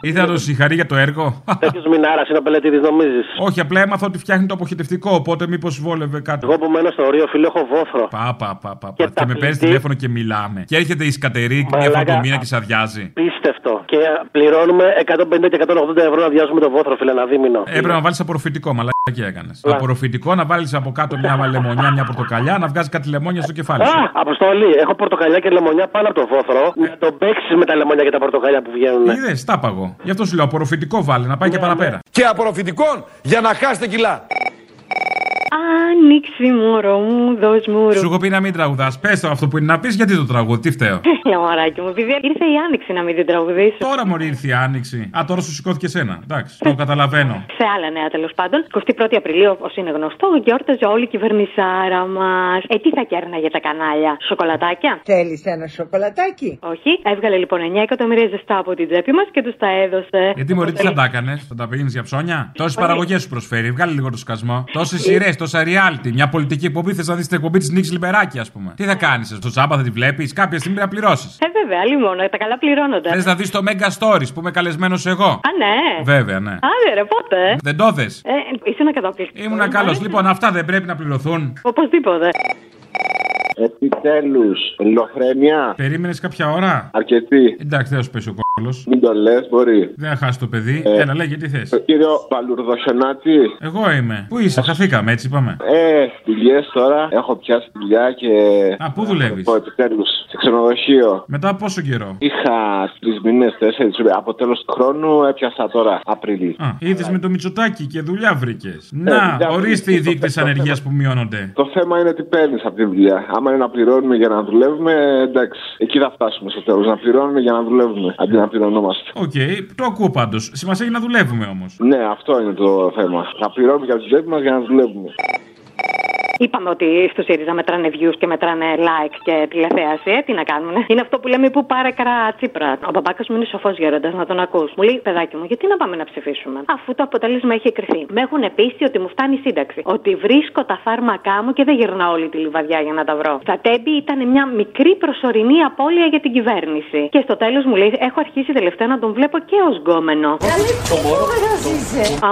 [SPEAKER 2] ήρθε να τον συγχαρεί για το έργο.
[SPEAKER 11] Ε,
[SPEAKER 5] Τέτοιος μινάρας είναι ο πελετήδης, νομίζεις.
[SPEAKER 2] Όχι, απλά έμαθα ότι φτιάχνει το αποχετευτικό, οπότε μήπως βόλευε κάτι.
[SPEAKER 5] Εγώ που μένω στο ρίο, φίλο, έχω βόθρο.
[SPEAKER 2] Πα, πα, πα, πα, πα. Και με παίρνεις τηλέφωνο και μιλάμε. Και έρχεται η Σκατερή μια φορά
[SPEAKER 5] Μαλάκα.
[SPEAKER 2] το μήνα και σε αδειάζει.
[SPEAKER 5] Πίστευτο. Και πληρώνουμε 150 και 180 ευρώ να διάζουμε το βόθρο, φίλε, ένα δίμηνο.
[SPEAKER 2] Έπρεπε να βάλεις απορροφητικό, μαλακή έκανε. Απορροφητικό, να βάλεις από κάτω μια λεμονιά, μια πορτοκαλιά, να βγάζει κάτι λεμόνια στο κεφάλι σου.
[SPEAKER 5] Α, Αποστολή, έχω πορτοκαλιά και λεμονιά πάνω από το βόθρο. Να το παίξεις με τα λεμονιά και τα πορτοκαλιά που βγαίνουν.
[SPEAKER 2] Είδες, τα παγώ. Γι' αυτό σου λέω απορροφητικό βάλε, να πάει και παραπέρα.
[SPEAKER 6] Ναι, Και απορροφητικών για να χάσετε κιλά.
[SPEAKER 21] Ανοίξει μωρό μου, δώσ' μου
[SPEAKER 2] Σου έχω πει να μην τραγουδάς. Πες το αυτό που είναι να πεις, γιατί το τραγούδι, τι φταίω.
[SPEAKER 21] Έλα μωράκι μου, επειδή ήρθε η άνοιξη να μην την τραγουδήσω.
[SPEAKER 2] Τώρα μωρή ήρθε η άνοιξη. Α, τώρα σου σηκώθηκε σένα. Εντάξει,
[SPEAKER 6] Ε.
[SPEAKER 2] το καταλαβαίνω.
[SPEAKER 21] Σε άλλα νέα τέλος πάντων, 21η Απριλίου, όπως είναι γνωστό, γιόρταζε όλη η κυβερνησάρα μας. Ε, τι θα κέρναγε τα κανάλια, σοκολατάκια. Θέλεις ένα σοκολατάκι. Όχι, έβγαλε λοιπόν 9 εκατομμύρια ζεστά από την τσέπη μας και τους τα έδωσε.
[SPEAKER 2] Γιατί μωρή
[SPEAKER 21] Ε.
[SPEAKER 2] τι θα τα έκανες, θα τα πήγαινες για ψώνια. Τόσε
[SPEAKER 21] Πολύ.
[SPEAKER 2] παραγωγές σου προσφέρει, βγάλει λίγο το σκασμό. Τόσες
[SPEAKER 21] Ε.
[SPEAKER 2] σειρέ, τόσα reality. Μια πολιτική εκπομπή θες να δεις την εκπομπή της Νίξ Λιμπεράκη, ας πούμε. Τι θα κάνεις, στο τσάμπα θα τη βλέπεις, κάποια στιγμή να πληρώσεις.
[SPEAKER 21] Ε, βέβαια, άλλη μόνο, τα καλά πληρώνονται.
[SPEAKER 2] Θες να δεις το Mega Stories που είμαι καλεσμένος εγώ.
[SPEAKER 21] Ε. Α, Ε, ναι.
[SPEAKER 2] Βέβαια, ναι.
[SPEAKER 21] Άντε ρε, πότε.
[SPEAKER 2] Δεν το δε.
[SPEAKER 21] Ε, ήσουν καταπληκτικό.
[SPEAKER 2] Ήμουνα καλός. Λοιπόν, αυτά δεν πρέπει να πληρωθούν.
[SPEAKER 21] Οπωσδήποτε.
[SPEAKER 22] Επιτέλους, ελληνοφρένεια.
[SPEAKER 2] Περίμενες κάποια ώρα.
[SPEAKER 22] Αρκετή.
[SPEAKER 2] Εντάξει, δεν θα σου πέσει ο κόλλο.
[SPEAKER 22] Μην το λες, μπορεί.
[SPEAKER 2] Δεν θα χάσει το παιδί.
[SPEAKER 22] Ε.
[SPEAKER 2] Έλα, λέγε τι θες.
[SPEAKER 22] Το κύριο Παλουρδοσενάτη.
[SPEAKER 2] Εγώ είμαι. Πού είσαι, χαθήκαμε, έτσι είπαμε.
[SPEAKER 22] Ε, δουλειές τώρα. Έχω πιάσει δουλειά και. Ε,
[SPEAKER 2] Α, πού δουλεύεις.
[SPEAKER 22] πω επιτέλους. Σε ξενοδοχείο.
[SPEAKER 2] Μετά πόσο καιρό.
[SPEAKER 22] Είχα τρει μήνες, τέσσερις. Από τέλος του χρόνου έπιασα τώρα, Απρίλη.
[SPEAKER 2] Είδες με το Μητσοτάκι και δουλειά βρήκες.
[SPEAKER 22] Ε, δουλειά
[SPEAKER 2] Να,
[SPEAKER 22] βρήκε,
[SPEAKER 2] ορίστε οι
[SPEAKER 22] το
[SPEAKER 2] δείκτε
[SPEAKER 22] πέτυχα.
[SPEAKER 2] ανεργίας που μειώνονται.
[SPEAKER 22] Το θέμα είναι τι παίρνεις από τη δουλειά. Άμα είναι να πληρώνουμε για να δουλεύουμε, εντάξει. Εκεί θα φτάσουμε στο τέλος. Να πληρώνουμε για να δουλεύουμε. Αντί να πληρωνόμαστε.
[SPEAKER 2] Οκ, το ακούω πάντως. Σημασία έχει να δουλεύουμε όμως.
[SPEAKER 22] Ναι, αυτό είναι το θέμα. Να πληρώνουμε για τη δουλειά μας για να δουλεύουμε.
[SPEAKER 21] Είπαμε ότι στο ΣΥΡΙΖΑ μετράνε views και μετράνε like και τηλεθέαση. Ε, τι να κάνουν. Είναι αυτό που λέμε που πάρε καρά τσίπρα. Ο μπαμπάκα μου είναι σοφός γέροντας, να τον ακούς. Μου λέει, παιδάκι μου, γιατί να πάμε να ψηφίσουμε. Αφού το αποτέλεσμα έχει εκριθεί. Με έχουν πείσει ότι μου φτάνει η σύνταξη. Ότι βρίσκω τα φάρμακά μου και δεν γυρνάω όλη τη λιβαδιά για να τα βρω. Στα τέμπη ήταν μια μικρή προσωρινή απώλεια για την κυβέρνηση. Και στο τέλος μου λέει, έχω αρχίσει τελευταία να τον βλέπω και ως γκόμενο.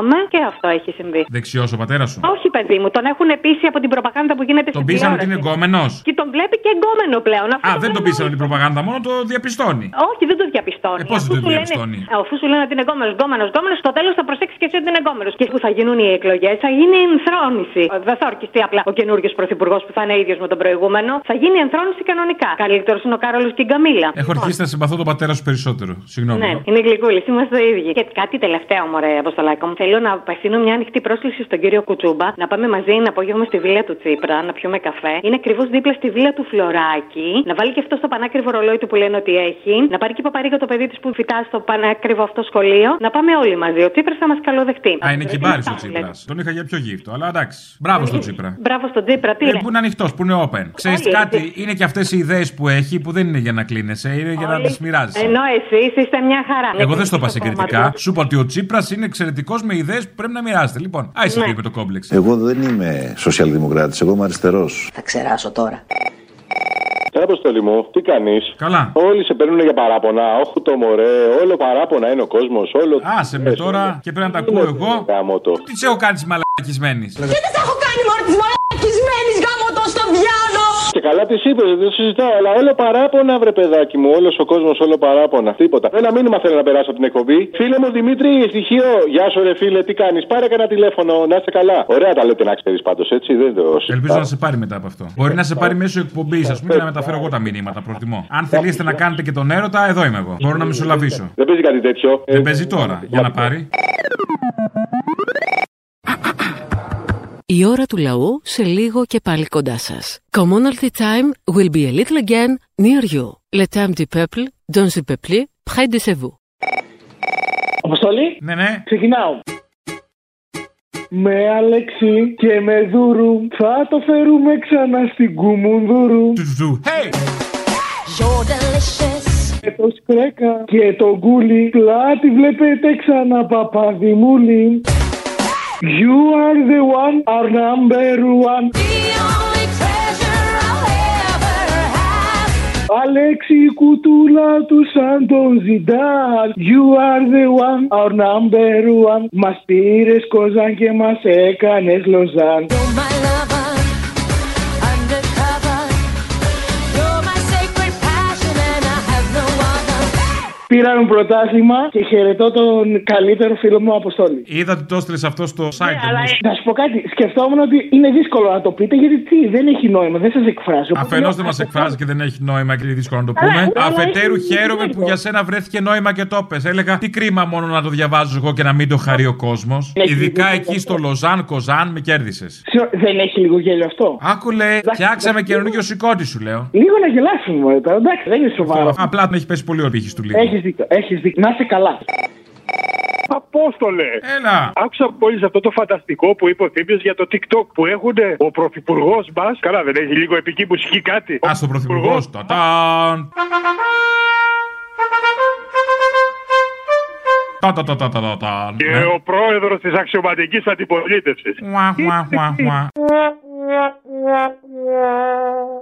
[SPEAKER 21] Αμέ και αυτό έχει συμβεί.
[SPEAKER 2] Δεξιός ο πατέρας σου.
[SPEAKER 21] Όχι, παιδί μου, τον έχουν πείσει από την προπαγάνδα που γίνεται
[SPEAKER 2] Τον
[SPEAKER 21] στην
[SPEAKER 2] πείσανε ότι είναι
[SPEAKER 21] τηλεόραση.
[SPEAKER 2] εγκόμενος.
[SPEAKER 21] Και τον βλέπει και εγκόμενο πλέον. Αυτό
[SPEAKER 2] Α,
[SPEAKER 21] το
[SPEAKER 2] δεν τον
[SPEAKER 21] βλέπει
[SPEAKER 2] πείσανε την προπαγάνδα, μόνο το διαπιστώνει.
[SPEAKER 21] όλοι. Όχι, δεν το διαπιστώνει.
[SPEAKER 2] Ε, πώς
[SPEAKER 21] Αφού
[SPEAKER 2] δεν το
[SPEAKER 21] σου λένε-
[SPEAKER 2] διαπιστώνει?
[SPEAKER 21] Ε, αφού σου λένε ότι είναι εγκόμενος, εγκόμενος, εγκόμενος, στο τέλος θα προσέξεις και εσύ ότι είναι εγκόμενος. Και που θα γίνουν οι εκλογές, θα γίνει ενθρόνηση. Ε, Δεν θα ορκιστεί απλά ο καινούριο πρωθυπουργός που θα είναι ίδιος με τον προηγούμενο. Θα γίνει ενθρόνηση κανονικά. Καλύτερος είναι ο Κάρολος και η Καμίλα.
[SPEAKER 2] Έχω αρχίσει να συμπαθώ τον πατέρα σου περισσότερο. Συγγνώμη.
[SPEAKER 21] Λοιπόν. Ναι, είναι γλυκούλης, είμαστε ίδιοι. Και κάτι τελευταίο, μωρέ, Αποστολάκο μου. Θέλω να απευθύνω μια ανοιχτή πρόσκληση στον κύριο Κουτσούμπα να πάμε μαζί ένα απόγευμα στη βίλα του Τσίπρα, να πιούμε καφέ. Είναι ακριβώς δίπλα στη βίλα του Φλωράκη. Να βάλει και αυτό στο πανάκριβο ρολόι του που λένε ότι έχει. Να πάρει και η παπαρίγα το παιδί της που φυτά στο πανάκριβο αυτό σχολείο. Να πάμε όλοι μαζί. Ο Τσίπρας θα μας καλοδεχτεί.
[SPEAKER 2] Α, είναι κυμπάρι ο
[SPEAKER 21] Πάμε,
[SPEAKER 2] Τσίπρας.
[SPEAKER 21] λέτε.
[SPEAKER 2] Τον είχα για πιο γύφτο, αλλά εντάξει. Μπράβο στον Τσίπρα.
[SPEAKER 21] Ε, Μπράβο στον Τσίπρα, τι
[SPEAKER 2] Ε,
[SPEAKER 21] είναι. ε,
[SPEAKER 2] που είναι ανοιχτός, που είναι open. Ξέρει
[SPEAKER 21] Όλοι,
[SPEAKER 2] κάτι,
[SPEAKER 21] έτσι.
[SPEAKER 2] είναι και αυτές οι ιδέες που έχει που δεν είναι για να κλείνεσαι, είναι για να
[SPEAKER 21] Όλοι.
[SPEAKER 2] τις μοιράζεις.
[SPEAKER 21] Ενώ εσείς είστε μια χαρά.
[SPEAKER 2] Εγώ δεν στο είπα
[SPEAKER 21] κόμμα
[SPEAKER 2] συγκριτικά.
[SPEAKER 21] του.
[SPEAKER 2] Σου είπα ότι ο Τσίπρας είναι εξαιρετικός με ιδέες που πρέπει να μοιράζεται. Λοιπόν,
[SPEAKER 21] Ναι.
[SPEAKER 2] άισε εκεί με το κόμπλεξ.
[SPEAKER 3] Εγώ δεν είμαι σοσιαλδημοκράτη, εγώ είμαι αριστερός.
[SPEAKER 9] Θα ξεράσω τώρα.
[SPEAKER 6] Ρε Αποστολή μου, τι κάνεις.
[SPEAKER 2] Καλά.
[SPEAKER 6] Όλοι σε παίρνουν για παράπονα. Όχι το μωρέ, όλο παράπονα είναι ο κόσμος. Όλο...
[SPEAKER 2] Άσε με τώρα και πρέπει να τα ακούω εγώ. Τι σε έχω κάνει μαλακισμένη.
[SPEAKER 9] Δεν σε έχω κάνει μόνο της μαλακισμένης γάμο το στο διάλο!
[SPEAKER 6] Και καλά τη είπες, δεν το συζητάω, αλλά όλο παράπονα, βρε παιδάκι μου. Όλος ο κόσμος, όλο παράπονα. Τίποτα. Ένα μήνυμα θέλω να περάσω από την εκπομπή. Φίλε μου Δημήτρη, στοιχείο. Γεια σου, ρε φίλε, τι κάνεις. Πάρε κανένα τηλέφωνο, να είσαι καλά. Ωραία τα λέτε να ξέρεις πάντως, έτσι δεν το
[SPEAKER 2] Ελπίζω
[SPEAKER 6] συζητάω.
[SPEAKER 2] να σε πάρει μετά από αυτό. Μπορεί να σε πάρει μέσω εκπομπής, ας πούμε, και να μεταφέρω εγώ τα μηνύματα. Προτιμώ. Αν θελήσετε να κάνετε και τον έρωτα, εδώ είμαι εγώ. Μπορώ να μεσολαβήσω.
[SPEAKER 6] Δεν παίζει κάτι τέτοιο.
[SPEAKER 2] Δεν παίζει τώρα. Για να πάρει.
[SPEAKER 17] Η ώρα του λαού σε λίγο και πάλι κοντά σας. Commonalty time will be a little again near you. Le temps du peuple, dans le peuple, près de chez vous.
[SPEAKER 9] Αποστολή.
[SPEAKER 2] Ναι, ναι.
[SPEAKER 9] Ξεκινάω. Με Αλεξή και με Δούρου θα το φέρουμε ξανά στην Κουμουνδούρου.
[SPEAKER 23] You're delicious.
[SPEAKER 9] Και το σκρέκα και το γκούλι πλάτη βλέπετε ξανά παπαδημούλη. You are the one, our number one.
[SPEAKER 20] Αλέξη κουτούλα του σαν τον Ζιντάν. You are the one, our number one. Μας πήρες κοζάν και μας έκανες λοζάν. Πήραμε πρωτάθλημα και χαιρετώ τον καλύτερο φίλο μου Αποστόλη.
[SPEAKER 2] Είδα ότι το έστειλες αυτό στο site. όμως.
[SPEAKER 20] Να σου πω κάτι, σκεφτόμουν ότι είναι δύσκολο να το πείτε γιατί τι, δεν έχει νόημα, δεν σας εκφράζω.
[SPEAKER 2] Αφενό δεν μας εκφράζει και δεν έχει νόημα και είναι δύσκολο να το
[SPEAKER 20] Καλά,
[SPEAKER 2] πούμε.
[SPEAKER 20] αλλά
[SPEAKER 2] Αφετέρου
[SPEAKER 20] έχει
[SPEAKER 2] χαίρομαι
[SPEAKER 20] δίκιο.
[SPEAKER 2] που για σένα βρέθηκε νόημα και το πες. Έλεγα τι κρίμα μόνο να το διαβάζω εγώ και να μην το χαρεί ο κόσμος.
[SPEAKER 20] Έχει
[SPEAKER 2] Ειδικά
[SPEAKER 20] δίκιο.
[SPEAKER 2] εκεί στο Λοζάν Κοζάν με κέρδισες.
[SPEAKER 20] Ξέρω, Δεν έχει λίγο γέλιο αυτό.
[SPEAKER 2] Άκου λέει, Φτιάξαμε καινούργιο σηκώτη σου λέω.
[SPEAKER 20] Λίγο να γελάσουμε, μωρέ, τώρα. εντάξει, δεν είναι σοβαρό.
[SPEAKER 2] Απλά την έχει πέσει πολύ ο τύχης του λίγο.
[SPEAKER 20] Έχει δίκιο, έχεις δίκιο. Να είσαι καλά.
[SPEAKER 24] Απόστολε!
[SPEAKER 2] Έλα!
[SPEAKER 24] Άκουσα πολύ σε αυτό το φανταστικό που είπε ο Θήμιος για το TikTok που έχουν ο πρωθυπουργός μα. Καλά, δεν έχει λίγο επική μουσική κάτι.
[SPEAKER 2] Α, στον πρωθυπουργό. Τα-ταν. Τα-τα-τα-τα-τα-ταν.
[SPEAKER 24] Και
[SPEAKER 2] Ναι.
[SPEAKER 24] ο πρόεδρος της αξιωματικής αντιπολίτευσης.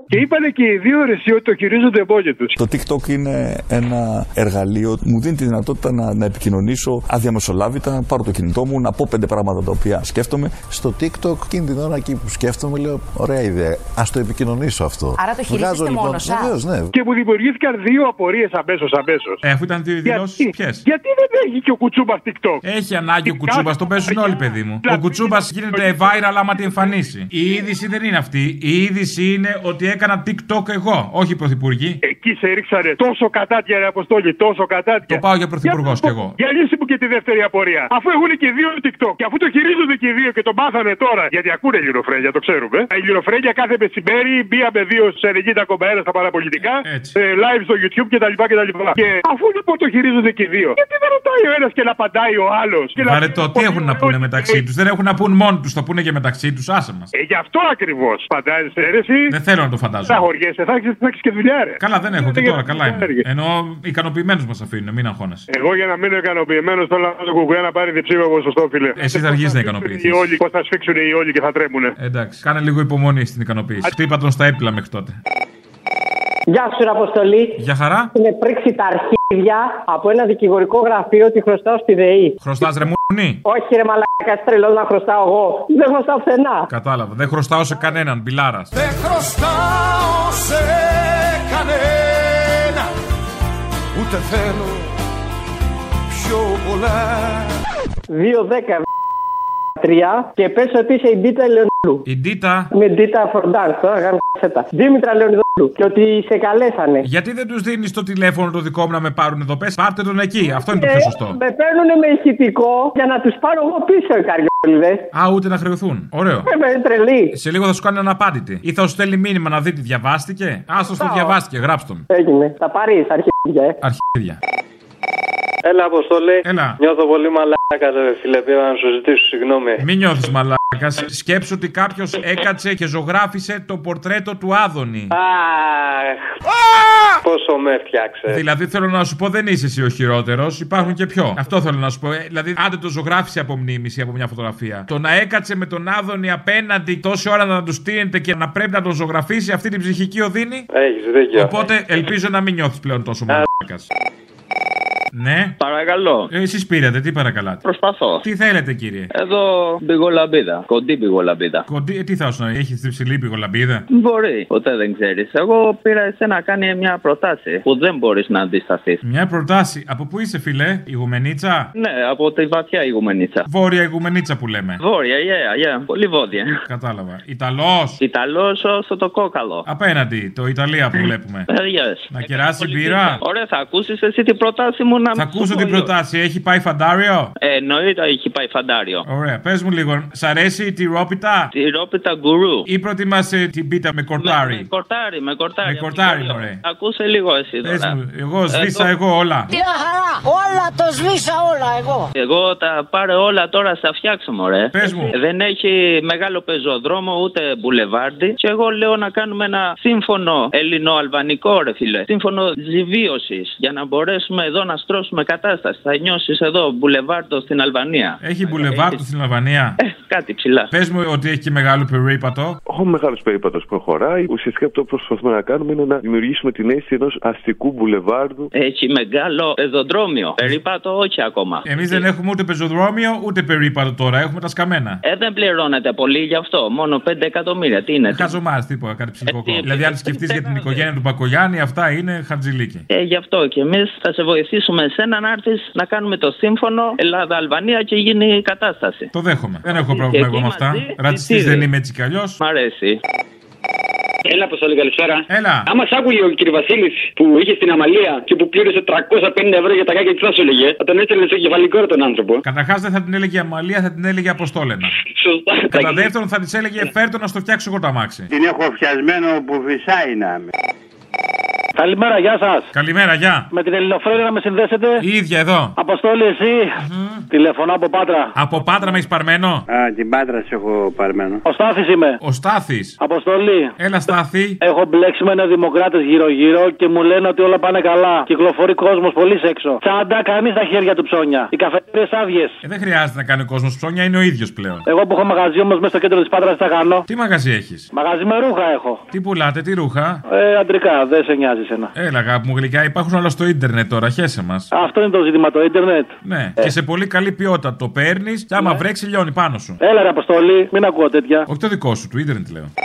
[SPEAKER 24] Και είπανε και οι δύο ρεσί ότι το χειρίζονται μόνοι τους.
[SPEAKER 25] Το TikTok είναι ένα εργαλείο που μου δίνει τη δυνατότητα να, να επικοινωνήσω αδιαμεσολάβητα, να πάρω το κινητό μου, να πω πέντε πράγματα τα οποία σκέφτομαι.
[SPEAKER 3] Στο TikTok, εκείνη την ώρα εκεί που σκέφτομαι, λέω: Ωραία ιδέα. Ας το επικοινωνήσω αυτό.
[SPEAKER 24] Άρα το χειρίζεστε μόνος σας.
[SPEAKER 3] Βεβαίως, ναι.
[SPEAKER 24] Και μου δημιουργήθηκαν δύο απορίες αμέσως αμέσως.
[SPEAKER 2] Ε, αφού ήταν δύο δηλώσεις, ποιες.
[SPEAKER 24] Γιατί δεν έχει και ο κουτσούμπας TikTok. Δηλαδή-
[SPEAKER 2] Έχει ανάγκη ο κουτσούμπα, το παίζουν όλοι, παιδί μου. Ο κουτσούμπας γίνεται viral άμα την εμφανίσει. Η είδηση δεν είναι αυτή. Η είδηση είναι ότι έκανα TikTok εγώ, όχι οι πρωθυπουργοί.
[SPEAKER 24] Εκεί σε ρίξανε τόσο κατάτια, ρε Αποστόλη, τόσο κατάτια.
[SPEAKER 2] Το πάω για πρωθυπουργό κι εγώ.
[SPEAKER 24] Για λύση μου και τη δεύτερη απορία. Αφού έχουν και οι δύο TikTok και αφού το χειρίζονται και οι δύο και το μάθανε τώρα. Γιατί ακούνε ελληνοφρένια, το ξέρουμε. Τα ελληνοφρένια κάθε μεσημέρι μπία με δύο σε 90,1 στα παραπολιτικά. ε, live στο YouTube κτλ. κτλ. Και αφού λοιπόν το χειρίζονται και οι δύο, γιατί δεν ρωτάει ο ένας και να απαντάει ο άλλος.
[SPEAKER 2] Βαρετό, τι έχουν να πούνε μεταξύ τους. Δεν έχουν να πούν μόνοι τους, το πούνε και μεταξύ τους. Άσε μας.
[SPEAKER 24] Ε, γι' αυτό ακριβώς. Φαντάζεσαι, ρε, εσύ.
[SPEAKER 2] Δεν θέλω να το
[SPEAKER 24] Θα
[SPEAKER 2] φαντάζομαι.
[SPEAKER 24] χωριέσαι, θα έχεις και δουλειά, ρε. Ε,
[SPEAKER 2] Καλά, δεν έχω και
[SPEAKER 24] για
[SPEAKER 2] τώρα,
[SPEAKER 24] να
[SPEAKER 2] καλά είμαι.
[SPEAKER 24] έργε.
[SPEAKER 2] Ενώ ικανοποιημένους μας αφήνουν, μην αγχώνεσαι.
[SPEAKER 24] Εγώ για να μείνω ικανοποιημένος θέλω να το κουκουέ να πάρει διψήφιο σωστό, φίλε. Ε,
[SPEAKER 2] Εσύ θα αργήσει να ικανοποιηθείς.
[SPEAKER 24] Οι όλοι, πώ θα σφίξουν οι όλοι και θα τρέμουνε.
[SPEAKER 2] Εντάξει, κάνε λίγο υπομονή στην ικανοποίηση. Χτύπα τον στα έπιλα μέχρι τότε.
[SPEAKER 26] Γεια σου, ρε Αποστολή.
[SPEAKER 2] Για χαρά.
[SPEAKER 26] Έχουν πρίξει τα αρχίδια από ένα δικηγορικό γραφείο ότι χρωστάω στη ΔΕΗ.
[SPEAKER 2] Χρωστάς ρε μουνί.
[SPEAKER 26] Όχι, ρε Μαλάκα, τρελός να χρωστάω εγώ. Δεν χρωστάω πουθενά.
[SPEAKER 2] Κατάλαβα, δεν χρωστάω σε κανέναν, μπιλάρας.
[SPEAKER 9] Δεν χρωστάω σε κανένα Ούτε θέλω πιο πολλά
[SPEAKER 26] 2-10 τρία και πες ότι είσαι η Ντίτα Λεωνίδου.
[SPEAKER 2] Η Ντίτα.
[SPEAKER 26] Με Ντίτα for dance, τώρα γάμισε τα. Δήμητρα Λεωνιδόπουλου και ότι σε καλέσανε.
[SPEAKER 2] Γιατί δεν τους δίνεις το τηλέφωνο το δικό μου να με πάρουν εδώ, πες. Πάρτε τον εκεί. Αυτό είναι το πιο
[SPEAKER 26] Ε,
[SPEAKER 2] σωστό.
[SPEAKER 26] Με παίρνουν με ηχητικό για να τους πάρω εγώ πίσω οι καριόλιδες.
[SPEAKER 2] Α, ούτε να χρεωθούν. Ωραίο.
[SPEAKER 26] Είμαι τρελή.
[SPEAKER 2] Σε λίγο θα σου κάνει αναπάντητη. Ή θα σου στέλνει μήνυμα να δει τι διαβάστηκε. Άστο το
[SPEAKER 26] Πάω.
[SPEAKER 2] διαβάστηκε, γράψτε τον.
[SPEAKER 26] Έγινε. Θα πάρεις αρχίδια, ε.
[SPEAKER 2] Αρχίδια.
[SPEAKER 27] Έλα, Αποστολή.
[SPEAKER 2] Έλα.
[SPEAKER 27] Νιώθω πολύ μαλάκα, ρε φίλε. Πήρα να σου ζητήσω συγγνώμη.
[SPEAKER 2] Μην νιώθεις μαλάκα. Σκέψου ότι κάποιος έκατσε και ζωγράφισε το πορτρέτο του Άδωνη.
[SPEAKER 27] Αχ. Πόσο με φτιάξε.
[SPEAKER 2] Δηλαδή θέλω να σου πω, δεν είσαι εσύ ο χειρότερος. Υπάρχουν και πιο. Αυτό θέλω να σου πω. Ε, δηλαδή, άντε το ζωγράφισε από μνήμηση από μια φωτογραφία. Το να έκατσε με τον Άδωνη απέναντι τόση ώρα να τους στείνεται και να πρέπει να τον ζωγραφίσει αυτή την ψυχική οδύνη.
[SPEAKER 27] Έχεις δίκιο.
[SPEAKER 2] Οπότε ελπίζω να μην νιώθεις πλέον τόσο μαλάκας. Ναι.
[SPEAKER 15] Παρακαλώ.
[SPEAKER 2] Εσείς πήρατε, τι παρακαλάτε.
[SPEAKER 15] Προσπαθώ.
[SPEAKER 2] Ε, Τι θέλετε, κύριε.
[SPEAKER 15] Εδώ πηγολαμπίδα. Κοντή πηγολαμπίδα.
[SPEAKER 2] Κοντή, ε, τι θα σου να έχει τη ψηλή πικολαμπίδα.
[SPEAKER 15] Μπορεί. Ποτέ δεν ξέρεις. Εγώ πήρα εσένα να κάνει μια προτάση που δεν μπορείς να αντισταθείς.
[SPEAKER 2] Μια προτάση. Από πού είσαι, φιλέ, η γουμενίτσα.
[SPEAKER 15] Ναι, από τη βαθιά ηγουμενίτσα.
[SPEAKER 2] Βόρεια ηγουμενίτσα που λέμε.
[SPEAKER 15] Βόρεια, yeah, yeah. Πολύ βόδια.
[SPEAKER 2] Κατάλαβα. Ιταλός.
[SPEAKER 15] Ιταλός στο το κόκαλο. Ε,
[SPEAKER 2] Απέναντι, το Ιταλία που βλέπουμε.
[SPEAKER 15] Yes.
[SPEAKER 2] Να κεράσει μπύρα.
[SPEAKER 15] Ε, Ωραία, θα ακούσεις εσύ την προτάση μου να.
[SPEAKER 2] Θα ακούσω την προτάση. Έχει πάει φαντάριο.
[SPEAKER 15] Ε, εννοείται έχει πάει φαντάριο.
[SPEAKER 2] Ωραία, πες μου λίγο. Σ' αρέσει τη ρόπιτα.
[SPEAKER 15] Τη ρόπιτα γκουρού.
[SPEAKER 2] Ή προτιμάς ε, την πίτα με
[SPEAKER 15] Με
[SPEAKER 2] κορτάρι.
[SPEAKER 15] κορτάρι, με κορτάρι.
[SPEAKER 2] Με κορτάρι, ωραία.
[SPEAKER 15] Ακούσε λίγο εσύ
[SPEAKER 2] Πες
[SPEAKER 15] τώρα.
[SPEAKER 2] μου, εγώ σβήσα εγώ όλα.
[SPEAKER 28] Μια χαρά! Όλα το σβήσα όλα εγώ!
[SPEAKER 15] Εγώ τα πάρω όλα τώρα, στα φτιάξω, μωρέ. Ε,
[SPEAKER 2] Πες μου.
[SPEAKER 15] Δεν έχει μεγάλο πεζοδρόμο, ούτε μπουλεβάρντι. Και εγώ λέω να κάνουμε ένα σύμφωνο ελληνο-αλβανικό, ρε φίλε. Σύμφωνο ζηβίωση. Για να μπορέσουμε εδώ να στρώσουμε. στρώσουμε κατάσταση. Θα νιώσεις εδώ μπουλεβάρτο στην Αλβανία.
[SPEAKER 2] Έχει μπουλεβάρτο στην Αλβανία.
[SPEAKER 15] Κάτι Ε, ψηλά.
[SPEAKER 2] Πες μου ότι έχει και μεγάλο περίπατο.
[SPEAKER 5] Ο μεγάλος περίπατος προχωράει. Ουσιαστικά αυτό που προσπαθούμε να κάνουμε είναι να δημιουργήσουμε την αίσθηση ενός αστικού μπουλεβάρδου.
[SPEAKER 15] Έχει μεγάλο πεζοδρόμιο. Περίπατο όχι ακόμα.
[SPEAKER 2] Εμείς δεν έχουμε ούτε πεζοδρόμιο ούτε περίπατο τώρα. Έχουμε τα σκαμμένα.
[SPEAKER 15] Ε, δεν πληρώνεται πολύ γι' αυτό. Μόνο 5 εκατομμύρια. Τι
[SPEAKER 29] Ε,
[SPEAKER 15] είναι.
[SPEAKER 2] Χαζομάρ, τίποτα, κάτι ψυχικό. Δηλαδή, αν σκεφτείς για την οικογένεια του Μπακογιάννη, αυτά είναι χατζηλίκι.
[SPEAKER 15] Ε, γι' αυτό και εμείς θα σε βοηθήσουμε εσένα να έρθει να κάνουμε το σύμφωνο Ελλάδα-Αλβανία και γίνει η κατάσταση.
[SPEAKER 2] Το
[SPEAKER 29] Ε,
[SPEAKER 2] δέχομαι. Δεν έχω πρόβλημα εγώ με αυτά. Ρατσιστή δεν είμαι έτσι κι αλλιώς.
[SPEAKER 15] Μ' αρέσει.
[SPEAKER 11] Έλα, Αποστολή, καλησπέρα.
[SPEAKER 2] Έλα.
[SPEAKER 11] Άμα σ' άκουγε ο κ. Βασίλης που είχε στην Αμαλία και που πλήρωσε 350 ευρώ για τα κάκια, τι θα σου έλεγε. Θα τον έστελνε σε κεφαλικό τον άνθρωπο.
[SPEAKER 2] Καταρχάς δεν θα την έλεγε Αμαλία, θα την έλεγε Αποστόλενα.
[SPEAKER 11] Σωστά.
[SPEAKER 2] Κατά δεύτερον θα της έλεγε Φέρτο να στο φτιάξω εγώ τα μάξι.
[SPEAKER 7] Την έχω φτιασμένο που φυσάει να με.
[SPEAKER 29] Καλημέρα, γεια σας.
[SPEAKER 2] Καλημέρα, γεια.
[SPEAKER 29] Με την Ελληνοφρένια να με συνδέσετε.
[SPEAKER 2] Η ίδια εδώ.
[SPEAKER 29] Αποστόλη, εσύ. Τηλεφωνώ από Πάτρα.
[SPEAKER 2] Από πάτρα με έχεις παρμένο.
[SPEAKER 7] Α, την πάντρα σε έχω παρμένο.
[SPEAKER 29] Ο Στάθης είμαι.
[SPEAKER 2] Ο Στάθης.
[SPEAKER 29] Αποστολή.
[SPEAKER 2] Έλα, Στάθη.
[SPEAKER 29] Έχω μπλέξει με ένα δημοκράτες γύρω-γύρω και μου λένε ότι όλα πάνε καλά. Κυκλοφορεί κόσμος πολύ έξω. Τσάντα, κανείς τα χέρια του ψώνια. Οι καφετέρες άδειες.
[SPEAKER 2] Ε, δεν χρειάζεται να κάνει ο κόσμος ψώνια, είναι ο ίδιος πλέον.
[SPEAKER 29] Εγώ που έχω μαγαζί όμως μέσα στο κέντρο της Πάτρας θα κάνω.
[SPEAKER 2] Τι μαγαζί έχεις.
[SPEAKER 29] Μαγαζί με ρούχα έχω.
[SPEAKER 2] Τι πουλάτε, τι ρούχα.
[SPEAKER 29] Ε, αντρικά, δεν σε νοιάζει ένα.
[SPEAKER 2] Έλα, αγάπη μου γλυκιά, υπάρχουν όλα στο ίντερνετ τώρα, χέσε μα.
[SPEAKER 30] Ε.
[SPEAKER 29] Αυτό είναι το ζήτημα, το ίντερνετ. Ε.
[SPEAKER 2] Ναι, και σε πολύ καλή ποιότητα το παίρνεις και άμα
[SPEAKER 30] Ναι.
[SPEAKER 2] βρέξει λιώνει πάνω σου.
[SPEAKER 29] Έλα, ρε Αποστολή, μην ακούω τέτοια.
[SPEAKER 2] Όχι το δικό σου, του ίντερνετ λέω.
[SPEAKER 30] Ε,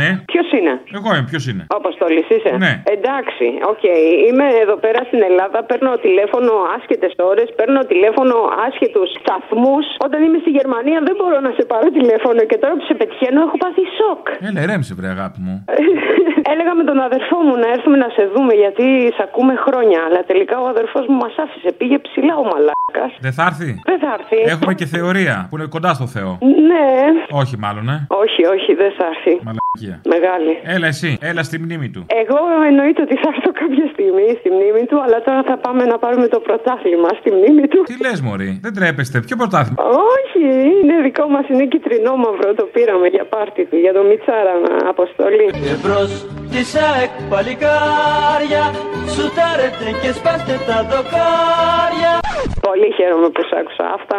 [SPEAKER 2] Ναι.
[SPEAKER 16] Ποιος είναι.
[SPEAKER 2] Εγώ είμαι, ποιος είναι.
[SPEAKER 16] Ο Αποστολή είσαι.
[SPEAKER 2] Ναι.
[SPEAKER 16] Εντάξει, οκ. Είμαι εδώ πέρα στην Ελλάδα, παίρνω τηλέφωνο άσχετες ώρες, παίρνω τηλέφωνο άσχετους σταθμούς. Όταν είμαι στη Γερμανία δεν μπορώ να σε πάρω τηλέφωνο και τώρα που σε πετυχαίνω έχω πάθει σοκ.
[SPEAKER 2] Έλα, ηρέμησε, βρε αγάπη μου.
[SPEAKER 16] Έλεγα με τον αδερφό μου να έρθουμε να σε δούμε γιατί σε ακούμε χρόνια. Αλλά τελικά ο αδερφός μου μας άφησε. Πήγε ψηλά ο μαλάκας.
[SPEAKER 2] Δεν θα έρθει.
[SPEAKER 16] Δεν θα έρθει.
[SPEAKER 30] Ε.
[SPEAKER 2] Έχουμε και θεωρία που είναι κοντά στο Θεό.
[SPEAKER 16] Ναι.
[SPEAKER 2] Όχι, μάλλον, ε.
[SPEAKER 16] Όχι, όχι, δεν θα έρθει.
[SPEAKER 2] Μαλακία.
[SPEAKER 16] Μεγάλη.
[SPEAKER 2] Έλα εσύ, έλα στη μνήμη του.
[SPEAKER 16] Εγώ εννοείται ότι θα έρθω κάποια στιγμή στη μνήμη του, αλλά τώρα θα πάμε να πάρουμε το πρωτάθλημα στη μνήμη του.
[SPEAKER 2] Τι λες, Μωρή, δεν τρέπεστε. Ποιο πρωτάθλημα.
[SPEAKER 16] Όχι, είναι δικό μας, είναι κυτρινό μαύρο. Το πήραμε για πάρτι του, για το Μιτσάρα να αποστολή.
[SPEAKER 9] Εμπρό τη ΑΕΚ παλικάρια, σουτάρετε και σπάστε τα δοκάρια.
[SPEAKER 16] Πολύ χαίρομαι που σ' άκουσα αυτά.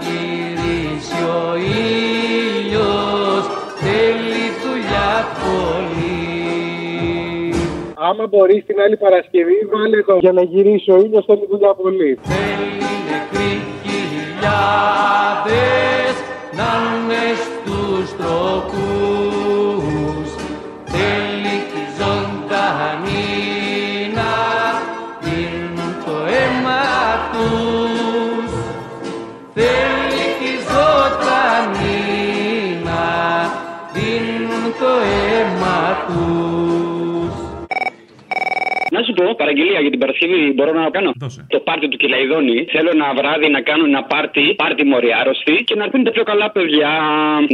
[SPEAKER 9] γυρίσει ο ήλιος θέλει δουλειά πολύ
[SPEAKER 20] Άμα μπορείς την άλλη Παρασκευή, βάλε το. Για να γυρίσει ο ήλιο, θέλει δουλειά πολύ.
[SPEAKER 9] θέλει νεκροί χιλιάδες να είναι στους τροκούς θέλει κι οι ζωντανοί να δίνουν το αίμα τους θέλει κι οι ζωντανοί να δίνουν το αίμα τους
[SPEAKER 11] Να σου πω, παραγγελία για την Παρασκευή μπορώ να κάνω.
[SPEAKER 2] Δώσε.
[SPEAKER 11] Το πάρτι του Κυλαϊδόνη. Θέλω ένα βράδυ να κάνω ένα πάρτι, πάρτι μοριάρωστη και να έρθουν τα πιο καλά παιδιά.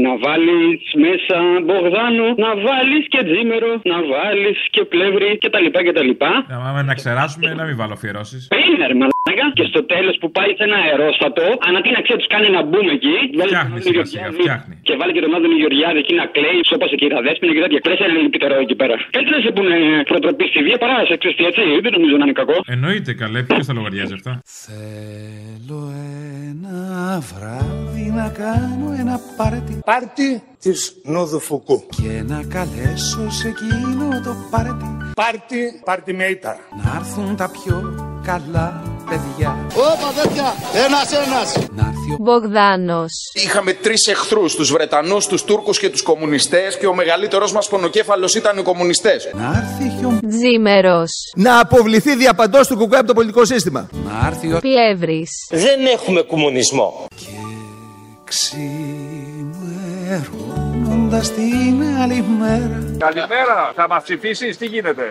[SPEAKER 11] Να βάλεις μέσα Μπογδάνο, να βάλεις και Τζίμερο, να βάλεις και Πλεύρη κτλ. κτλ.
[SPEAKER 2] Να πάμε να ξεράσουμε, να μην βάλω αφιερώσεις.
[SPEAKER 11] Είναι ρε μαλάκα και στο τέλος που πάει σε ένα αερόστατο, ανατείναξε τους κάνει ένα μπούμ εκεί. Βάλει
[SPEAKER 2] Φτιάχνει
[SPEAKER 11] τον
[SPEAKER 2] σιγά σιγά,
[SPEAKER 11] Γεωργιάδη
[SPEAKER 2] φτιάχνει.
[SPEAKER 11] Και βάλει και τον Άδωνη Γεωργιάδη εκεί να κλαίει, σώπασε και τα δέσπινα και τέτοια. Πρέπει να είναι λυπητερό εκεί πέρα. Καλύτερα να σε πούνε προτροπή στη βία παρά να σε εξωστεί έτσι. Δεν νομίζω να είναι κακό.
[SPEAKER 2] Εννοείται καλέ, ποιος θα λογαριάζει αυτά.
[SPEAKER 18] Θέλω ένα βράδυ να κάνω ένα πάρτι
[SPEAKER 7] Πάρτι της Νοδοφουκού.
[SPEAKER 18] Και να καλέσω σε εκείνο το πάρτι
[SPEAKER 7] Πάρτι, πάρτι με ήττα.
[SPEAKER 18] Να έρθουν τα πιο καλά παιδιά
[SPEAKER 7] Όπα τέτοια, ένας ένας.
[SPEAKER 31] Μπογδάνος.
[SPEAKER 32] Είχαμε τρεις εχθρούς, τους Βρετανούς, τους Τούρκους και τους Κομμουνιστές, και ο μεγαλύτερος μας πονοκέφαλος ήταν οι Κομμουνιστές.
[SPEAKER 18] Να έρθει χιον...
[SPEAKER 31] Τζίμερος.
[SPEAKER 33] Να αποβληθεί διαπαντός του κουκουέ από το πολιτικό σύστημα.
[SPEAKER 18] Να έρθει ο...
[SPEAKER 31] Πιεύρης.
[SPEAKER 7] Δεν έχουμε κομμουνισμό.
[SPEAKER 18] Ξημερώνοντας την άλλη μέρα
[SPEAKER 7] Καλημέρα, θα μας ψηφίσεις, τι γίνεται.